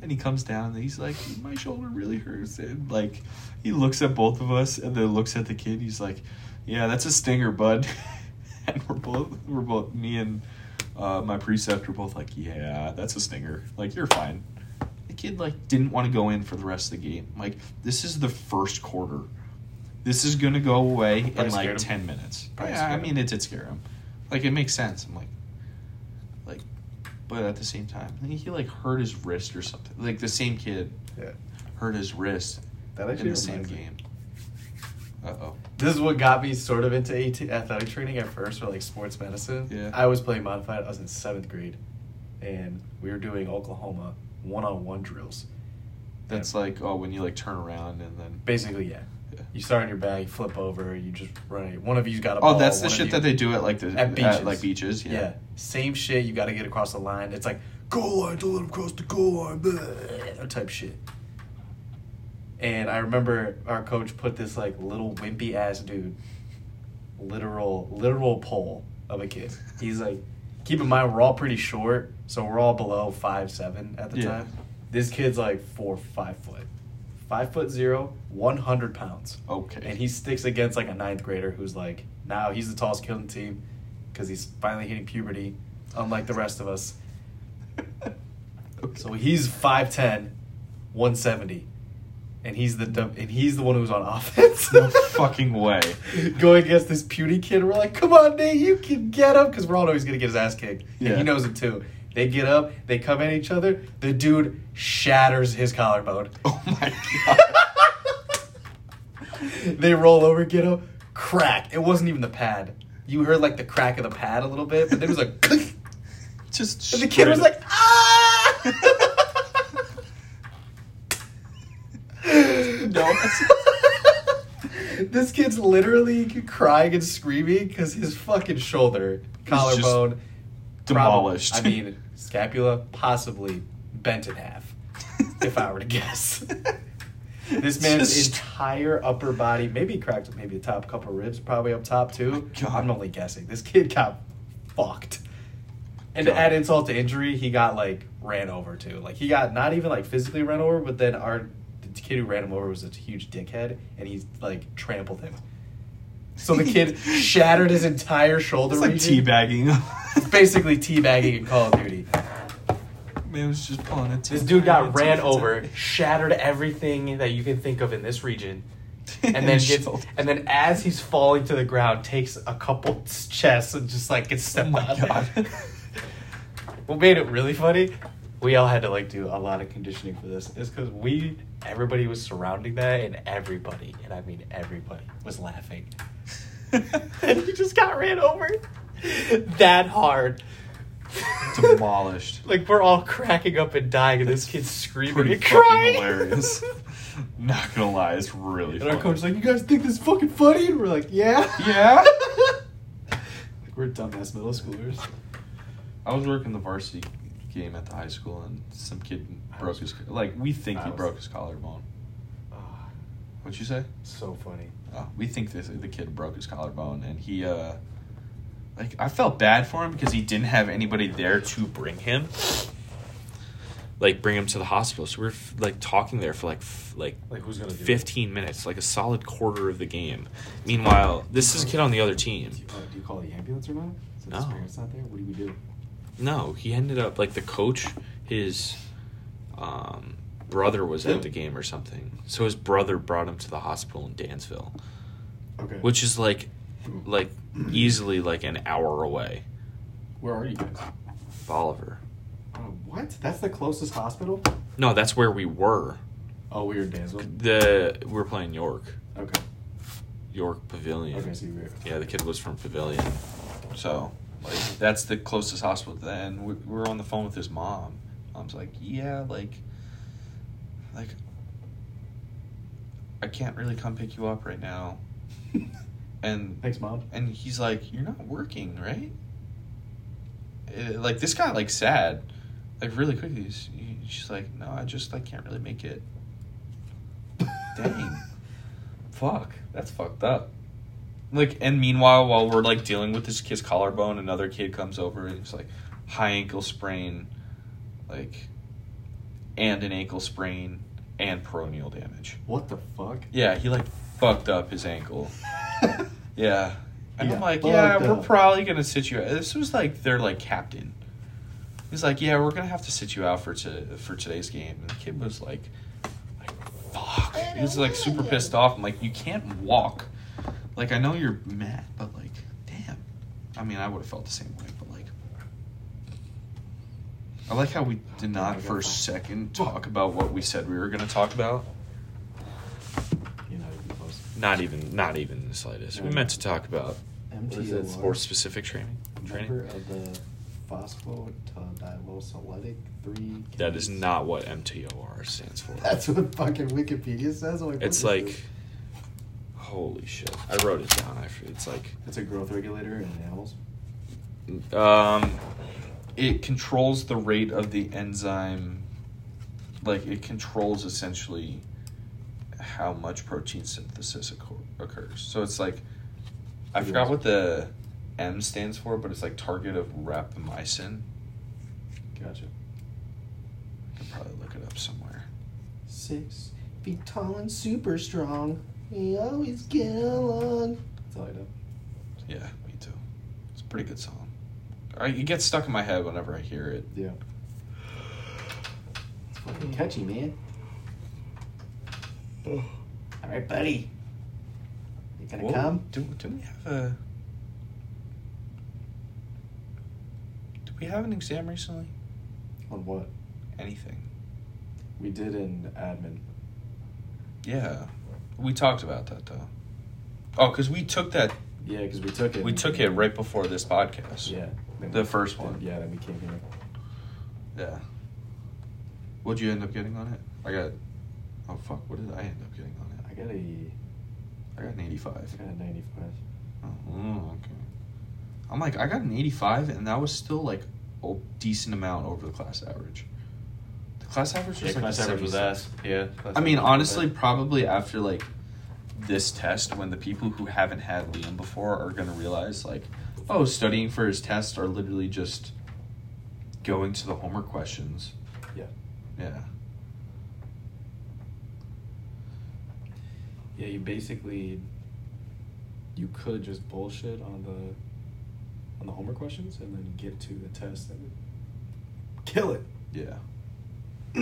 And he comes down and he's like, My shoulder really hurts. And like, he looks at both of us and then looks at the kid. He's like, Yeah, that's a stinger, bud. [LAUGHS] and we're both, we're both, me and uh, my preceptor both like, Yeah, that's a stinger. Like, you're fine. The kid, like, didn't want to go in for the rest of the game. Like, this is the first quarter. This is going to go away in Probably like scared him. 10 minutes. Probably Oh, yeah, I scared him. mean, it did scare him. Like, it makes sense. I'm like, like, but at the same time, I think he like hurt his wrist or something. Like the same kid Yeah. hurt his wrist That in actually the same reminds me. game. Uh oh. This is what got me sort of into AT- athletic training at first, or like sports medicine. Yeah. I was playing modified. I was in seventh grade, and we were doing Oklahoma one-on-one drills. That's like oh when you like turn around and then Basically, yeah. Yeah. You start on your back, you flip over, you just run. it. One of you's got a. Oh, ball, that's the one of shit you- that they do at like the at beaches, like beaches. Yeah. same shit. You got to get across the line. It's like goal line, don't let him cross the goal line, blah, type shit. And I remember our coach put this like little wimpy ass dude, literal literal pole of a kid. He's like, keep in mind we're all pretty short, so we're all below five seven at the Yeah. time. This kid's like four five foot, five foot zero, one hundred pounds. Okay. And he sticks against like a ninth grader who's like, now he's the tallest kid on the team because he's finally hitting puberty, unlike the rest of us. Okay. So he's 5'10, 170. And he's the dub- and he's the one who's on [LAUGHS] offense. no [LAUGHS] fucking way. [LAUGHS] [LAUGHS] Going against this puny kid, we're like, "Come on, Nate, you can get him," because we're all always gonna get his ass kicked, Yeah. and he knows it too. They get up, they come at each other. The dude shatters his collarbone. Oh my god. they roll over, get up, crack. It wasn't even the pad. You heard like the crack of the pad a [LAUGHS] little bit, but then it was like, click. Just and the kid was straight- like, ah! [LAUGHS] [LAUGHS] no. this kid's literally crying and screaming because his fucking shoulder, just collarbone, prob- demolished. I mean, scapula possibly bent in half, if I were to [LAUGHS] guess. This man's Just- entire upper body, maybe he cracked, maybe the top couple ribs, probably up top too. Oh, God. I'm only guessing. This kid got fucked. And to God. add insult to injury, he got like ran over too. Like he got not even like physically ran over, but then our the kid who ran him over was a huge dickhead, and he like trampled him. So the [LAUGHS] kid shattered his entire shoulder. [LAUGHS] It's like region. [LAUGHS] teabagging. Basically teabagging in Call of Duty. Man was just pulling it. This dude [LAUGHS] got ran over, shattered everything that you can think of in this region, [LAUGHS] and then gets, and then as he's falling to the ground, takes a couple chests and just like gets oh stepped my on. god. [LAUGHS] What made it really funny, we all had to like do a lot of conditioning for this. Is because we everybody was surrounding that, and everybody, and I mean everybody, was laughing. [LAUGHS] [LAUGHS] and he just got ran over [LAUGHS] that hard. Demolished. Like we're all cracking up and dying, and this kid's screaming Pretty and fucking crying. [LAUGHS] hilarious. [LAUGHS] Not gonna lie, it's really And our funny. coach's like, "You guys think this is fucking funny?" And we're like, "Yeah." [LAUGHS] Yeah. Like, we're dumbass middle schoolers. I was working the varsity game at the high school, and some kid broke his like we think I he was- broke his collarbone. What'd you say? Ah, so funny. Oh, we think this the kid broke his collarbone, and he uh, like I felt bad for him because he didn't have anybody there to bring him, like bring him to the hospital. So we were f- like talking there for like f- like Like, who's gonna do it? 15 minutes, like a solid quarter of the game. Meanwhile, this is a kid on the other team. Do you, uh, do you call the ambulance or not? Since his No. parents not there, what do we do? No, he ended up like the coach, his um, brother was at the game or something. So his brother brought him to the hospital in Dansville, Okay. which is like like easily like an hour away. Where are you guys? Bolivar. Uh, what? That's the closest hospital? No, that's where we were. Oh, we were in Dansville. The we were playing York, Okay. York Pavilion. Okay, so you were. Yeah, the kid was from Pavilion. So, like, that's the closest hospital. to that. And we, we were on the phone with his mom. Mom's like, yeah, like, like, I can't really come pick you up right now. and Thanks, mom. and he's like, "You're not working, right?" Uh, like this guy, like sad, like really quickly. He's, he- she's like, "No, I just like can't really make it." Dang, fuck, that's fucked up. Like, and meanwhile, while we're like dealing with this kid's collarbone, another kid comes over and he's like, high ankle sprain, like, and an ankle sprain and peroneal damage. What the [LAUGHS] fuck? Yeah, he like fucked up his ankle. Yeah. And Yeah. I'm like, Fuck yeah, that. we're probably gonna sit you. Out. This was like their like captain. He's like, yeah, we're gonna have to sit you out for to for today's game. And the kid was like, like fuck. He was like super pissed off. I'm like, you can't walk. Like I know you're mad, but like, damn. I mean, I would have felt the same way, but like, I like how we did not for a second talk about what we said we were gonna talk about. You're not even close. Not even, not even the slightest. We Yeah. meant to talk about what is MTOR. it, sports specific training? Member Training? of the phosphodilylylic three. That is [LAUGHS] kinase. not what MTOR stands for. That's what fucking Wikipedia says. I'm Like, It's what is like this? Holy shit! I wrote it down. I f- It's like It's a growth regulator in animals. Um, it controls the rate of the enzyme. Like it controls essentially how much protein synthesis occur- occurs. So it's like I forgot what the M stands for, but it's like target of rapamycin. Gotcha. I could probably look it up somewhere. Six feet tall and super strong. We always get along. That's all I know. Yeah, me too. It's a pretty good song. I, it gets stuck in my head whenever I hear it. Yeah. It's fucking catchy, [SIGHS] man. All right, buddy. You gonna Whoa, come? Do, do we have a? Did we have an exam recently? On what? Anything? We did in admin. Yeah, we talked about that though. Oh, because we took that. Yeah, because we took it. We took it right before this podcast. Yeah. Then- The first one. Yeah, then we came here. Yeah. What'd you end up getting on it? I got. Oh fuck! What did I end up getting on I it? got a, I got an eighty-five. I got a 95. Oh, okay. I'm like, I got an 85, and that was still like a decent amount over the class average. The class average was like a 76. Yeah. I mean, honestly, probably after like this test, when the people who haven't had Liam before are gonna realize, like, oh, studying for his test are literally just going to the homework questions. Yeah. Yeah. Yeah, you basically you could just bullshit on the on the homework questions and then get to the test and kill it. Yeah. [CLEARS THROAT]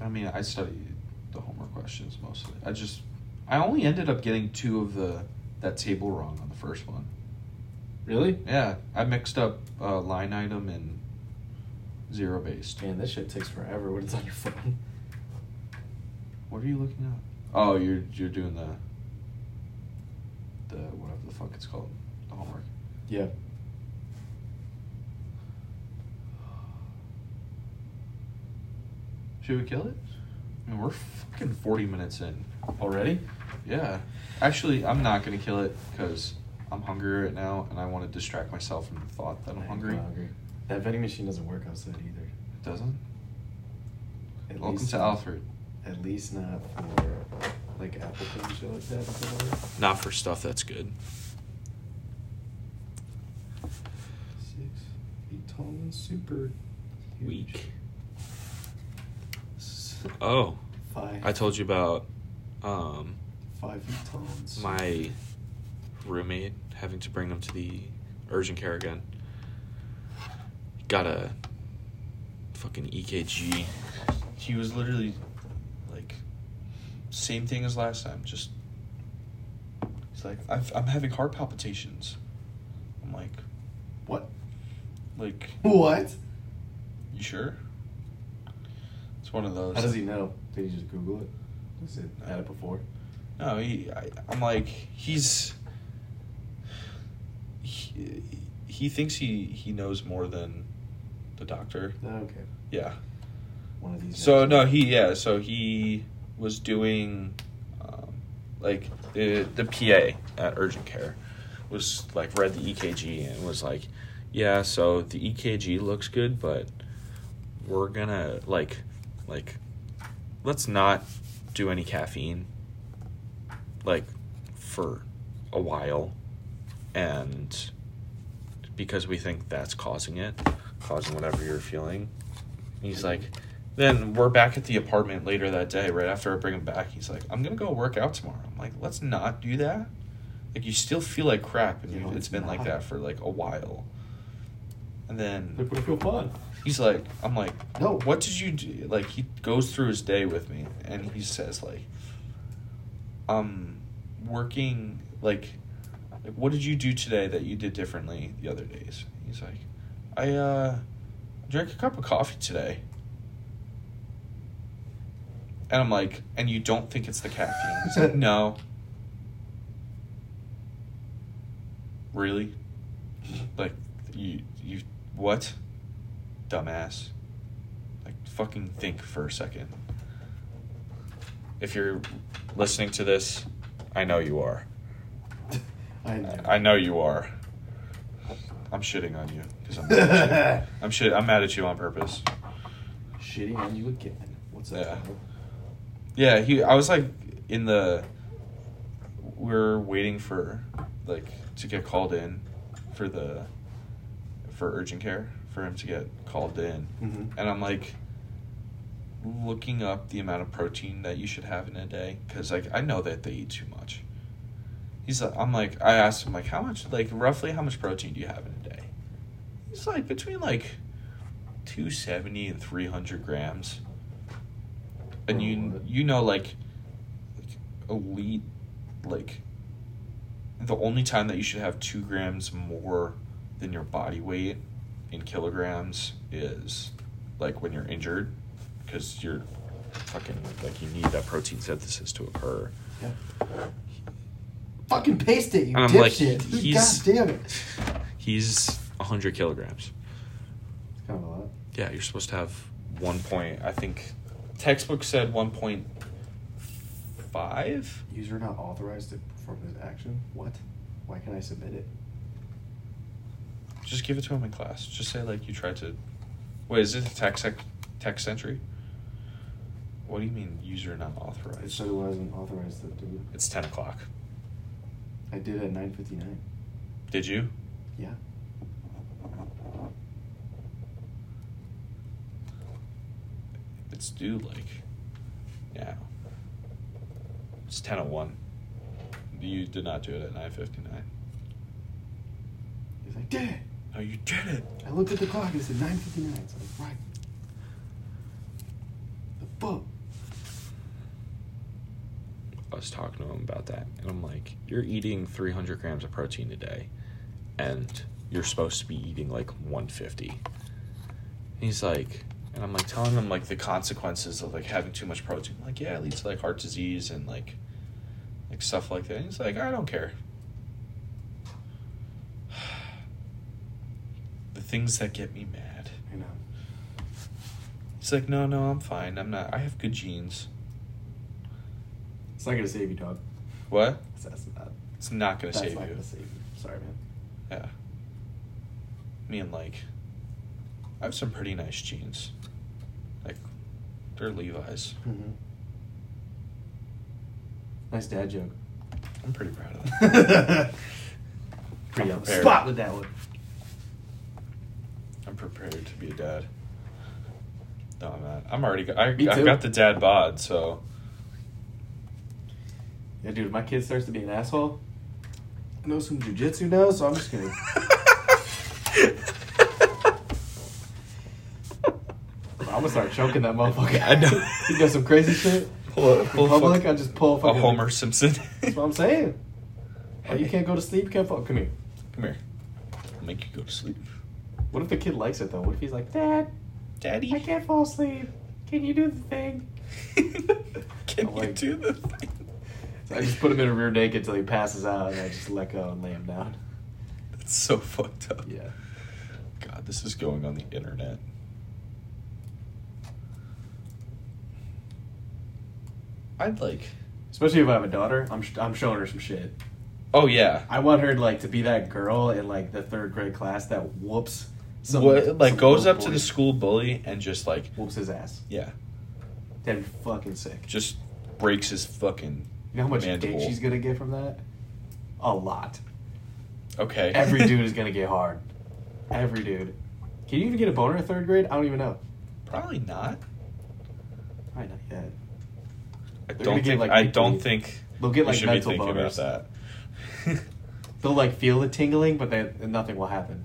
I mean, I studied the homework questions mostly. I just, I only ended up getting two of the that table wrong on the first one. Really? Yeah, I mixed up uh, line item and zero based. Man, this shit takes forever when it's on your phone. What are you looking up? Oh, you're you're doing the the whatever the fuck it's called, the homework. Yeah. Should we kill it? I mean, we're fucking forty minutes in. Already? Yeah. Actually, I'm not gonna kill it because I'm hungry right now, and I want to distract myself from the thought that I'm hungry. hungry. That vending machine doesn't work outside either. It doesn't. At Welcome least to not- Alfred. At least not for like Apple Pay and shit like that. if I'm right. Not for stuff that's good. Six feet tall and super huge. [LAUGHS] S- Oh, Five. told you about um, five feet tall. and super- my roommate having to bring them to the urgent care again. Got a fucking E EKG. He was literally like same thing as last time. Just he's like, I've, I'm having heart palpitations. I'm like, What? like What? you sure? It's one of those. How does he know? Did he just Google it? Was it had it before? No, he, I, I'm like he's. He, he thinks he he knows more than the doctor. No, Oh, okay. Yeah. One of these. So next- no, he yeah. So he was doing, um, like the the PA at urgent care was like read the EKG and was like, yeah. So the EKG looks good, but we're gonna like like let's not do any caffeine like for a while and because we think that's causing it causing whatever you're feeling he's like then we're back at the apartment later that day right after i bring him back he's like i'm gonna go work out tomorrow i'm like let's not do that like you still feel like crap and No, you, it's it's been like not. that for like a while and then Look what I feel fun. He's like, I'm like, No. What did you do? Like, he goes through his day with me, and he says like, I'm working. Like, like what did you do today that you did differently the other days? He's like, I uh, drank a cup of coffee today. And I'm like, and you don't think it's the caffeine? He's like, no. Really? Like, you you what? dumbass. Like, fucking think for a second. If you're listening to this I know you are. [LAUGHS] I know. I know you are. I'm shitting on you [LAUGHS] because I'm mad at you. I'm shit. I'm mad at you on purpose. Shitting on you again. What's that? Yeah. Tyler? Yeah, he. I was like in the. We're waiting for, like, to get called in, for the, for urgent care for him to get called in, Mhm. and I'm like. Looking up the amount of protein that you should have in a day because like I know that they eat too much. He's like, I'm like, I asked him like, how much, like roughly, how much protein do you have in a day? He's like between like, two seventy and three hundred grams. And For you what? you know like, like elite, like. The only time that you should have two grams more than your body weight in kilograms is like when you're injured, because you're fucking like you need that protein synthesis to occur. Fucking paste it, you And I'm like, dipshit. he's- God damn it. He's 100 kilograms. It's kind of a lot. Yeah, you're supposed to have one point. I think textbook said 1.5. User not authorized to perform this action. What? Why can I submit it? Just give it to him in class. Just say like you tried to. Wait, is it a text sec- text entry? What do you mean user not It authorized? said it wasn't authorized to do. It's 10 o'clock. I did it at nine fifty nine. Did you? Yeah. It's due like now. It's 10:01. You did not do it at 9:59. He's like, Dad. No, you did it. I looked at the clock and it said nine fifty nine. So I was right. The fuck. I was talking to him about that, and I'm like, "You're eating 300 grams of protein a day, and you're supposed to be eating like 150." And he's like, and I'm like telling him like the consequences of like having too much protein. like, yeah, it leads to like heart disease and like, like stuff like that. And he's like, I don't care. [SIGHS] The things that get me mad. I know. He's like, no, no, I'm fine. I'm not. I have good genes. It's not gonna save you, dog. What? That's, that's not. It's not gonna That's save not you. gonna save you. Sorry, man. Yeah. Me and like, I have some pretty nice jeans. Like, they're Levi's. Mm-hmm. Nice dad joke. I'm pretty proud of them. [LAUGHS] Pretty on the prepared. spot with that one. I'm prepared to be a dad. No, I'm not. I'm already. Got, I, Me I've too. got the dad bod, so Yeah, dude, if my kid starts to be an asshole, I know some jujitsu now, so I'm just [LAUGHS] gonna. I'm gonna start choking that motherfucker. I know. he does some crazy shit. Pull a- In pull a public, fuck- I just pull a a fucking. Homer Simpson. [LAUGHS] That's what I'm saying. Oh, you Hey. can't go to sleep. You can't fall. Come here. Come here. I'll make you go to sleep, What if the kid likes it though? What if he's like, Dad, I Daddy. can't fall asleep. Can you do the thing? [LAUGHS] Can I'm you like- do the thing? So I just put him in a rear naked till he passes out, and I just let go and lay him down. That's so fucked up. Yeah. God, this is going on the internet. I'd like. Especially if I have a daughter, I'm sh- I'm showing her some shit. Oh yeah. I want her like to be that girl in like the third grade class that whoops some what like some goes little up to boy, the school bully and just like whoops his ass. yeah, That'd be fucking sick. just breaks his fucking. You know how much mandible. dick she's gonna get from that? A [LAUGHS] lot. Okay. Every dude is gonna get hard. Every dude. Can you even get a boner in third grade? I don't even know. [LAUGHS] Probably not. Probably not yet. I gonna don't get, think. like, I big don't boobs. think. They'll get, we like, should mental be thinking boners. about that. They'll like feel the tingling, but they, nothing will happen.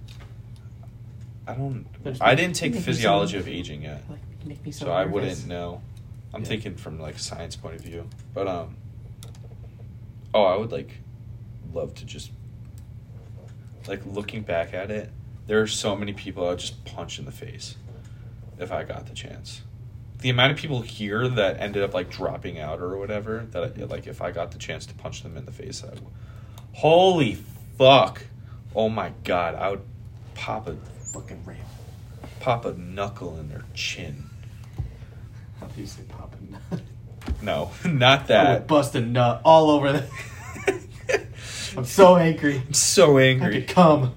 I don't. There's- I didn't take the Make me physiology some- of aging yet, Like make me so, I wouldn't know. I'm Yeah. thinking from like a science point of view, but um. Oh, I would like, love to just. Like looking back at it, there are so many people I'd just punch in the face, if I got the chance. The amount of people here that ended up like dropping out or whatever that I, like if I got the chance to punch them in the face, I would. Holy fuck! Oh my god, I would pop a Fucking rape. pop a knuckle in their chin. How do you say popping? No, [LAUGHS] I not would that. Oh, bust a nut all over the [LAUGHS] I'm so angry. I'm so I could angry. come.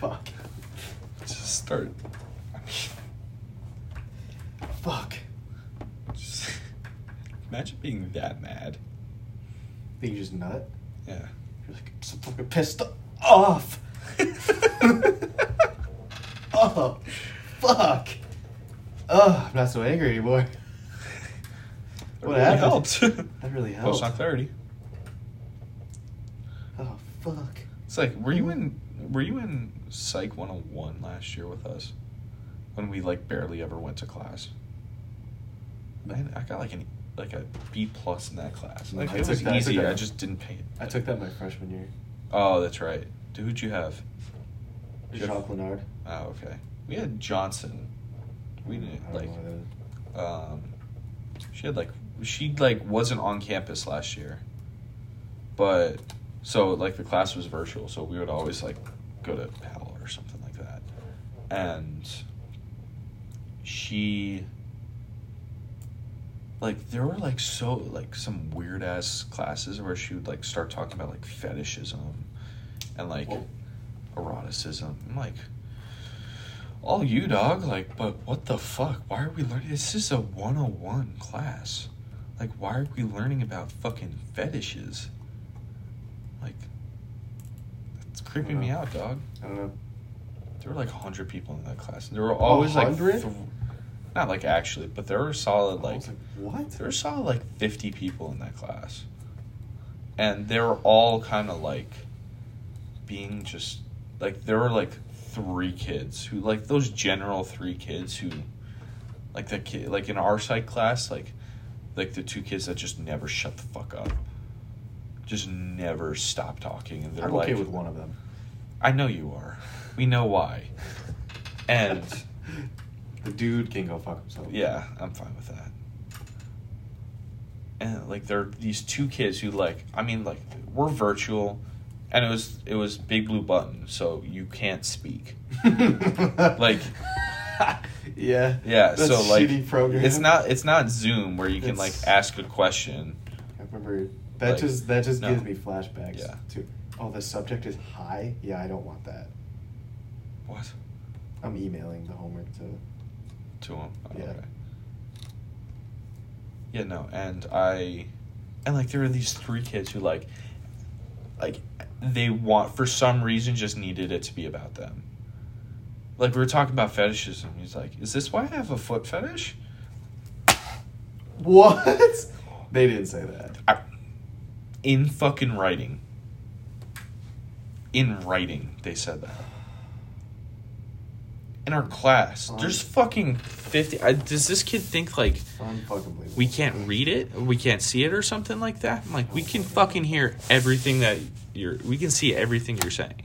Fuck. Just start. Fuck. Just, [LAUGHS] imagine being that mad. Think you just nut? Yeah. You're like, I'm so fucking pissed off. oh, fuck. Oh, I'm not so angry anymore. What It happened? helped. [LAUGHS] That really helped. Post on clarity. Oh, fuck. It's like, were you in were you in Psych 101 last year with us when we like barely ever went to class? Man, I got like an like a B plus in that class. Like Mm, I it took was that- I took easy. that. I just didn't pay. I took that my freshman year. Oh, that's right. Dude, who'd you have? Jeff- Jacques Lennard. Oh, okay. We had Johnson. We I didn't don't like. know what that is. um, she had like she like wasn't on campus last year, but so like the class was virtual, so we would always like go to Powell or something like that, and she like there were like so like some weird ass classes where she would like start talking about like fetishism and like eroticism. I'm like, all you dog, like, but what the fuck? Why are we learning? This is a 101 class. Like, why are we learning about fucking fetishes? Like, that's creeping me know. out, dog. I don't know. There were like 100 people in that class. There were always like 100? th- not like actually, but there were solid I like was like, what? there were solid like 50 people in that class. And they were all kind of like being just like there were like three kids who like those general three kids who like the kid like in our psych class like like the two kids that just never shut the fuck up. Just never stop talking and they're I'm like okay with one of them. I know you are. We know why. And [LAUGHS] The dude can go fuck himself. [LAUGHS] yeah, I'm fine with that. And like there are these two kids who like I mean like we're virtual and it was it was big blue button, so you can't speak. Like [LAUGHS] yeah. yeah, That's so like shitty program. it's not it's not Zoom where you can like It's- ask a question. I remember that Like, just that just no. gives me flashbacks Yeah. to oh the subject is high. Yeah, I don't want that. What? I'm emailing the homework to to him. Oh, Yeah. Okay. Yeah, no, and I, and like there were these three kids who like, like, they want for some reason just needed it to be about them. Like we were talking about fetishism. He's like, "Is this why I have a foot fetish?" [LAUGHS] What? They didn't say that. I, in fucking writing. In writing, they said that. In our class, there's fucking fifty. I, does this kid think like Unfucking believable. we can't read it, we can't see it, or something like that. I'm like, we can fucking hear everything that you're, we can see everything you're saying.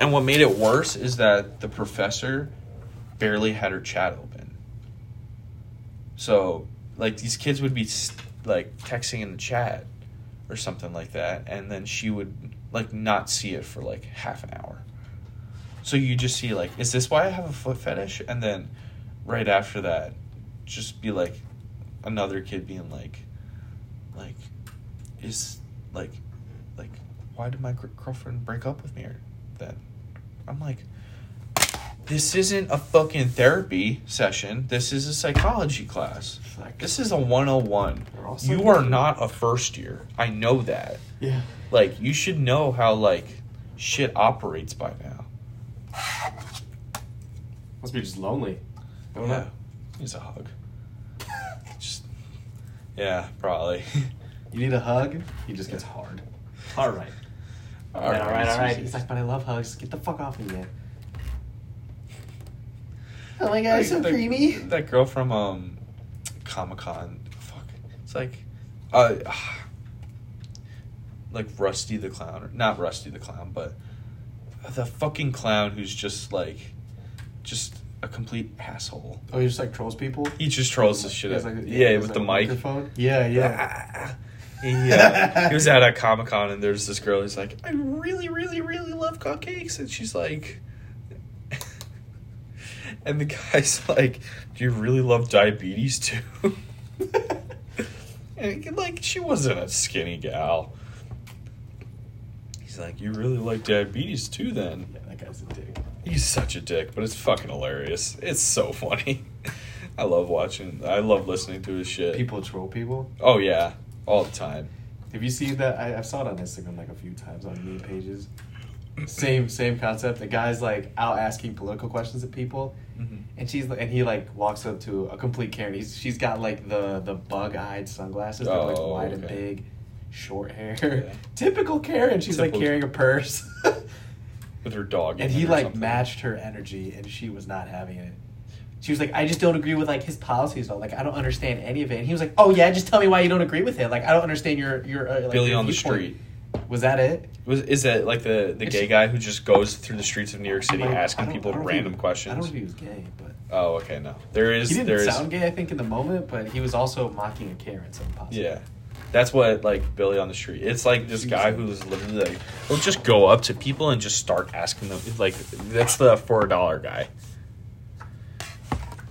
And what made it worse is that the professor barely had her chat open. So, like, these kids would be s- like texting in the chat or something like that, and then she would like not see it for like half an hour. So you just see like, is this why I have a foot fetish? And then right after that, just be like, another kid being like, like, is like, like, why did my gr- girlfriend break up with me? Or that I'm like, this isn't a fucking therapy session. This is a psychology class. Psych. This is a 101. They're all You are not a first year. I know that. Yeah. Like, you should know how like shit operates by now. Must be just lonely. Don't yeah. know. He's a hug. [LAUGHS] Just, yeah, probably. [LAUGHS] You need a hug. He just gets hard. All right. All right. All right. All right. He's like, but I love hugs. Get the fuck off me, man. Oh my god, Like, it's so that- creamy. That girl from um, Comic Con. Fuck. It's like, uh, [SIGHS] like Rusty the Clown, or not Rusty the Clown, but the fucking clown who's just like, just a complete asshole. Oh, he just like trolls people. He just trolls the shit He out. has, like, a- yeah, he has, with like, the a mic. microphone. Yeah, yeah. He, uh, he was at a Comic Con and there's this girl who's like, I really, really, really love cupcakes. And she's like, [LAUGHS] and the guy's like, Do you really love diabetes too? [LAUGHS] And like she wasn't a skinny gal. He's like, you really like diabetes too, then. Yeah, that guy's a dick. He's such a dick, but it's fucking hilarious. It's so funny. [LAUGHS] I love watching. I love listening to his shit. People troll people. Oh yeah, all the time. Have you seen that? I, I saw it on Instagram like a few times on meme pages. Same same concept. The guy's like out asking political questions at people, Mm-hmm. and she's and he like walks up to a complete Karen. He's, she's got like the the bug eyed sunglasses. They're like Oh, wide and okay. big, short hair. Yeah. [LAUGHS] Typical Karen. She's like Typical- carrying a purse. [LAUGHS] With her dog. in and it he or like something. matched her energy and she was not having it she was like i just don't agree with like his policies though like i don't understand any of it and he was like oh yeah just tell me why you don't agree with it like i don't understand your your uh, like, Billy your on the viewpoint." street. was that it Was is that like the the It's- gay guy who just goes through the streets of New York City Like, I asking don't- people I don't think- random i don't know if questions? he was gay but Oh, okay, no. There is he didn't there is sound gay i think in the moment but he was also mocking a karen so possible yeah. That's what like Billy on the street. It's like this guy who's literally like, will just go up to people and just start asking them. Like that's the four dollar guy.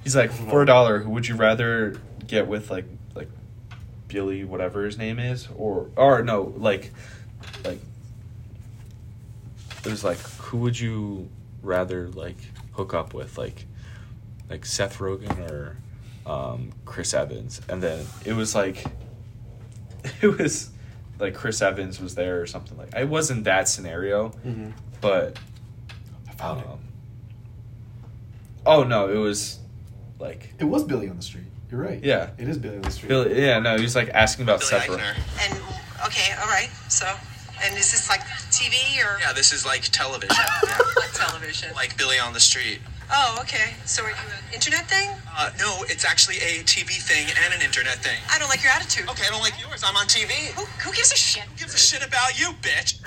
He's like four dollar. Who would you rather get with like like Billy whatever his name is or or no like like there's like who would you rather like hook up with like like Seth Rogen or um, Chris Evans and then it was like [LAUGHS] it was like Chris Evans was there or something like it wasn't that scenario Mhm. but I found um, oh no it was like it it was billy on the street you're right Yeah. it is billy on the street Billy, yeah, no, he's like asking about Billy Seth Rogen. Eichner. And okay, all right. So, and is this like TV or Yeah, this is like television. what television? like Billy on the street. Oh, okay. So are you an internet thing? Uh, no, it's actually a TV thing and an internet thing. I don't like your attitude. Okay, I don't like yours. I'm on TV. Who, who gives a shit? Who gives a shit about you, bitch?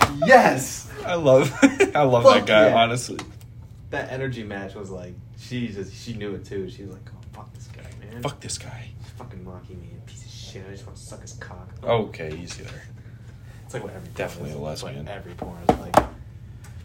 [LAUGHS] yes I love, [LAUGHS] I love Fuck that guy. yeah. Honestly, that energy match was like she just she knew it too she was like oh fuck this guy man fuck this guy. He's fucking mocking me piece of shit i just want to suck his cock Okay, easy there. It's like what every porn Oh, Definitely is. a It's lesbian. Like every porn is like.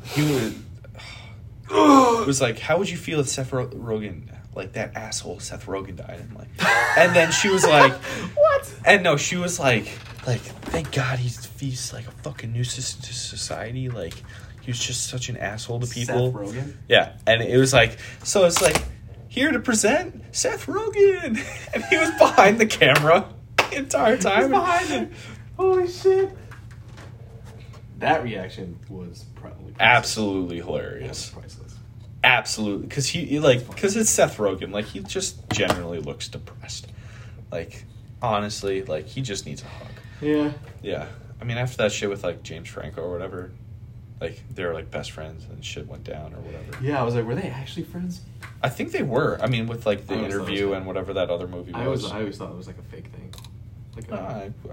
He [SIGHS] was, it was like, how would you feel if Seth Ro- Rogen, like that asshole Seth Rogen died? I'm like, and then she was [LAUGHS] like, What? And no, she was like, like, thank God he's he's like a fucking nuisance to society. Like, he was just such an asshole to people. Seth Rogen. Yeah, and it was like, so it's like, here to present Seth Rogen, [LAUGHS] and he was behind the camera the entire time. [LAUGHS] behind it. Holy shit. That reaction was probably Absolutely That was hilarious. priceless. Absolutely, because he, he, like, because it's Seth Rogen. Like, he just generally looks depressed. Like, honestly, like he just needs a hug. Yeah. Yeah, I mean, after that shit with like James Franco or whatever, like they were like best friends and shit went down or whatever. Yeah, I was like, were they actually friends? I think they were. I mean, with like the I always thought it was interview fake. and whatever that other movie was. I was. I always thought it was like a fake thing. Like No, I,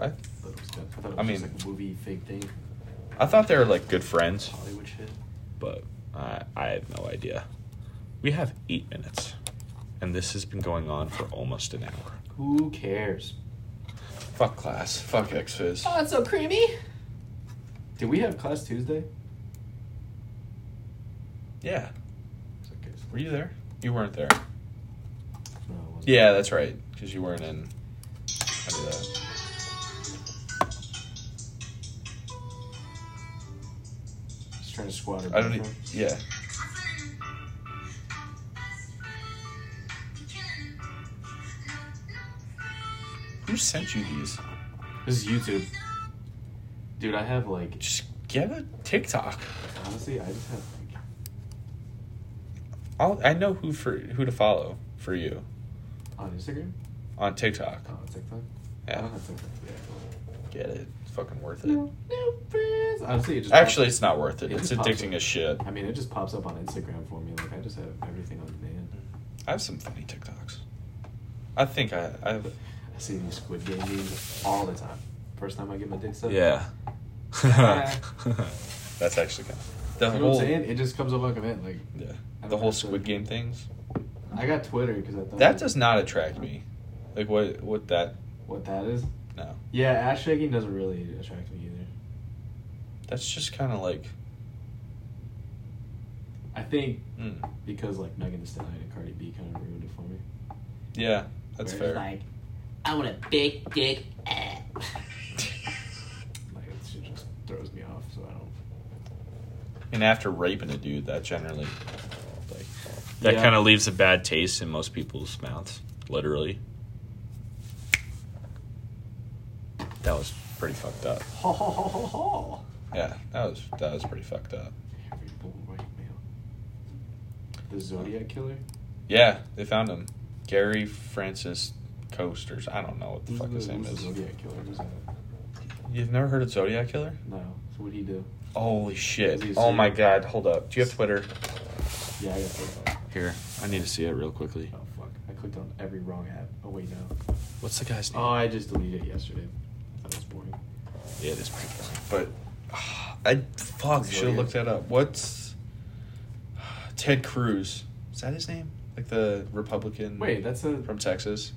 I, I thought it was, good. I thought it was I just mean- like a movie fake thing, I thought they were like good friends, Hollywood shit. but I, I have no idea. We have eight minutes, and this has been going on for almost an hour. Who cares? Fuck class. Fuck X Fizz. Oh, it's so creamy. Did we have class Tuesday? Yeah. It's okay. Were you there? You weren't there. No, it wasn't. Yeah, that's right. Because you weren't in. I knew that. Just trying to squat. her I don't. e- background. Yeah. Who sent you these? This is YouTube. Dude, I have like Just get a TikTok. honestly, I just have like I'll, I know who for who to follow for you on Instagram, Oh, on TikTok. on TikTok. I Yeah, don't have TikTok. Yeah. get it. It's fucking worth it. No, no friends. Honestly, it just Actually, it's not worth it. It It's just pops addicting up. as shit. I mean, it just pops up on Instagram for me. Like I just have everything on demand. I have some funny TikToks. I think I I have. I see these Squid Game memes all the time. First time I get my dick sucked. Yeah. [LAUGHS] That's actually kind of You the know what whole I'm saying? It just comes up like an event. Like yeah I the don't whole have to- Squid Game things. I got Twitter because I thought That does not attract me. Like what? What that? what that is. No, Yeah, ass shaking doesn't really attract me either. that's just kind of like I think Mm. because like Megan Thee Stallion and Cardi B kind of ruined it for me. Yeah, that's Where fair. it's Like, I want a big dick. ass." like it shit just throws me off, so I [LAUGHS] don't. and after raping a dude, that generally like that Yeah. kind of leaves a bad taste in most people's mouths, literally. That was pretty fucked up. Ho ho ho ho ho. Yeah, that was that was pretty fucked up. Every bull white male. The Zodiac killer. Yeah, they found him, Gary Francis Coasters. I don't know what the Who's fuck his name who's is. The Zodiac killer. Who's that? You've never heard of Zodiac Killer? No. So what would he do? Holy Is he shit! a Oh my serial- god! Hold up. Do you have Twitter? Yeah, I got clicked on. Here, I need to see it real quickly. Oh fuck! I clicked on every wrong app. Oh wait, no. What's the guy's name? Oh, I just deleted it yesterday. That was boring. Yeah, it is pretty boring. But I fuck Zodiac. should have looked that up. What's Ted Cruz? Is that his name? Like the Republican Wait, that's a from Texas.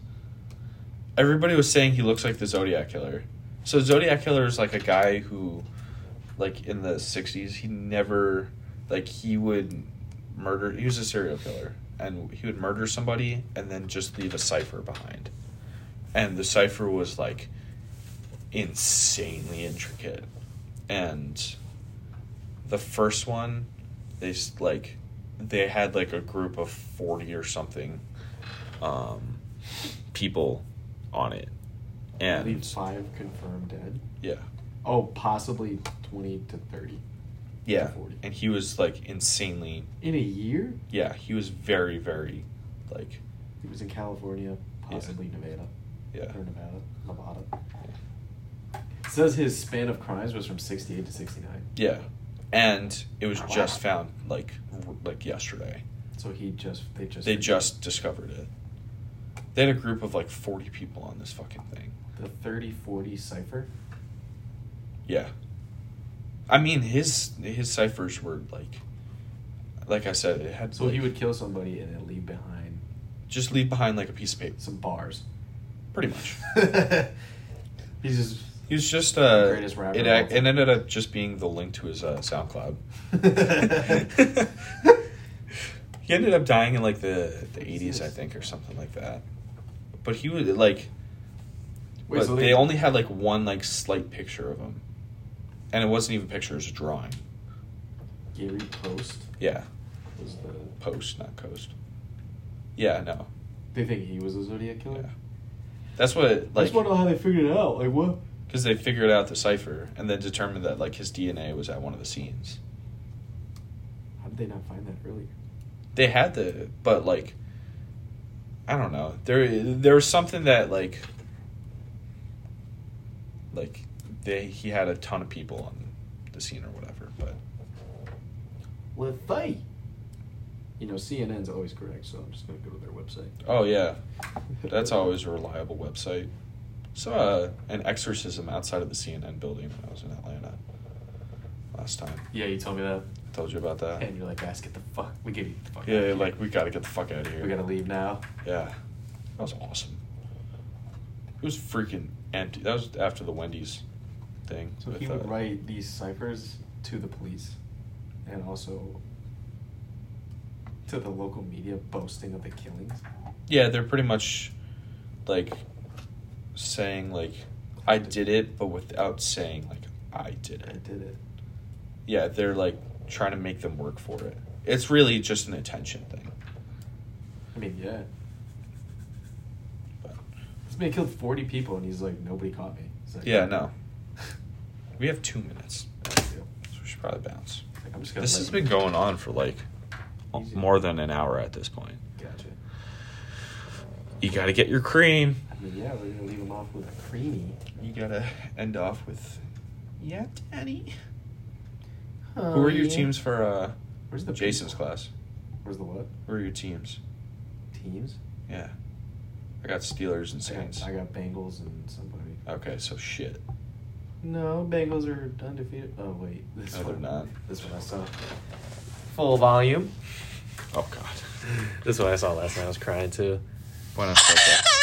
Everybody was saying he looks like the Zodiac killer. So Zodiac killer is like a guy who, like in the '60s, he never, like he would murder. He was a serial killer, and he would murder somebody and then just leave a cipher behind. And the cipher was like insanely intricate, and the first one, they s- like, they had like a group of forty or something um, people on it. at And least five confirmed dead. yeah, Oh, possibly twenty to thirty yeah. 40. And he was like insanely, in a year. yeah, he was very, very like, He was in California, possibly Nevada yeah. or Nevada, Nevada. It says his span of crimes was from sixty-eight to sixty-nine. Yeah. And it was just found like r- like yesterday. So he just they just They just discovered it. They had a group of like 40 people on this fucking thing. the 30-40 cipher. Yeah. I mean, his his ciphers were like like I said, it had So he would kill somebody and then leave behind just leave behind like a piece of paper, some [LAUGHS] bars. pretty [LAUGHS] much. He's just [LAUGHS] He was just uh, Greatest rapper It, of all ac- time. it ended up just being the link to his uh, SoundCloud. he ended up dying in like the the eighties, I think, or something like that. But he was like, Wait, but so they, they- only had like one like slight picture of him, and it wasn't even a picture; it was a drawing. Gary Post Yeah, was the. post, not coast. Yeah, no, They think he was a Zodiac killer. yeah. That's what I like just want to know how they figured it out. Like what? because they figured out the cipher and then determined that like his DNA was at one of the scenes. How did they not find that earlier? they had the but like i don't know there there was something that like like they he had a ton of people on the scene or whatever but Well, they. You know, CNN's always correct, so I'm just gonna go to their website. oh yeah that's always a reliable website saw uh, an exorcism outside of the cnn building when i was in atlanta last time Yeah, you told me that, i told you about that and you're like, guys, get the fuck. We get you the fuck. yeah like we gotta get the fuck out of here we gotta leave now. Yeah. That was awesome. It was freaking empty. That was after the Wendy's thing. So with, he would uh, write these ciphers to the police, and also to the local media, boasting of the killings. Yeah, they're pretty much like saying like I did it but without saying like I did I it. did it. Yeah, they're like trying to make them work for it. It's really just an attention thing. I mean, yeah. But This man killed 40 people, and he's like, nobody caught me. He's like, yeah, no. We have two minutes. Deal. So we should probably bounce. It's like, I'm just gonna This let has you- been going on for like Easy. more than an hour at this point. Gotcha. You gotta get your cream. I mean, yeah, we're gonna leave him off with a creamy. You gotta end off with Yeah, Daddy. Oh, Who were your teams for uh, Where's the Jason's class? Where's the what? Who are your teams? Teams? Yeah, I got Steelers and I Saints. got, I got Bengals and somebody. Okay, so shit. No, Bengals are undefeated. Oh wait, this No, they're one. not. This one I saw. Full volume. Oh god. This is what I saw last night. I was crying too. Oh When I said that. Oh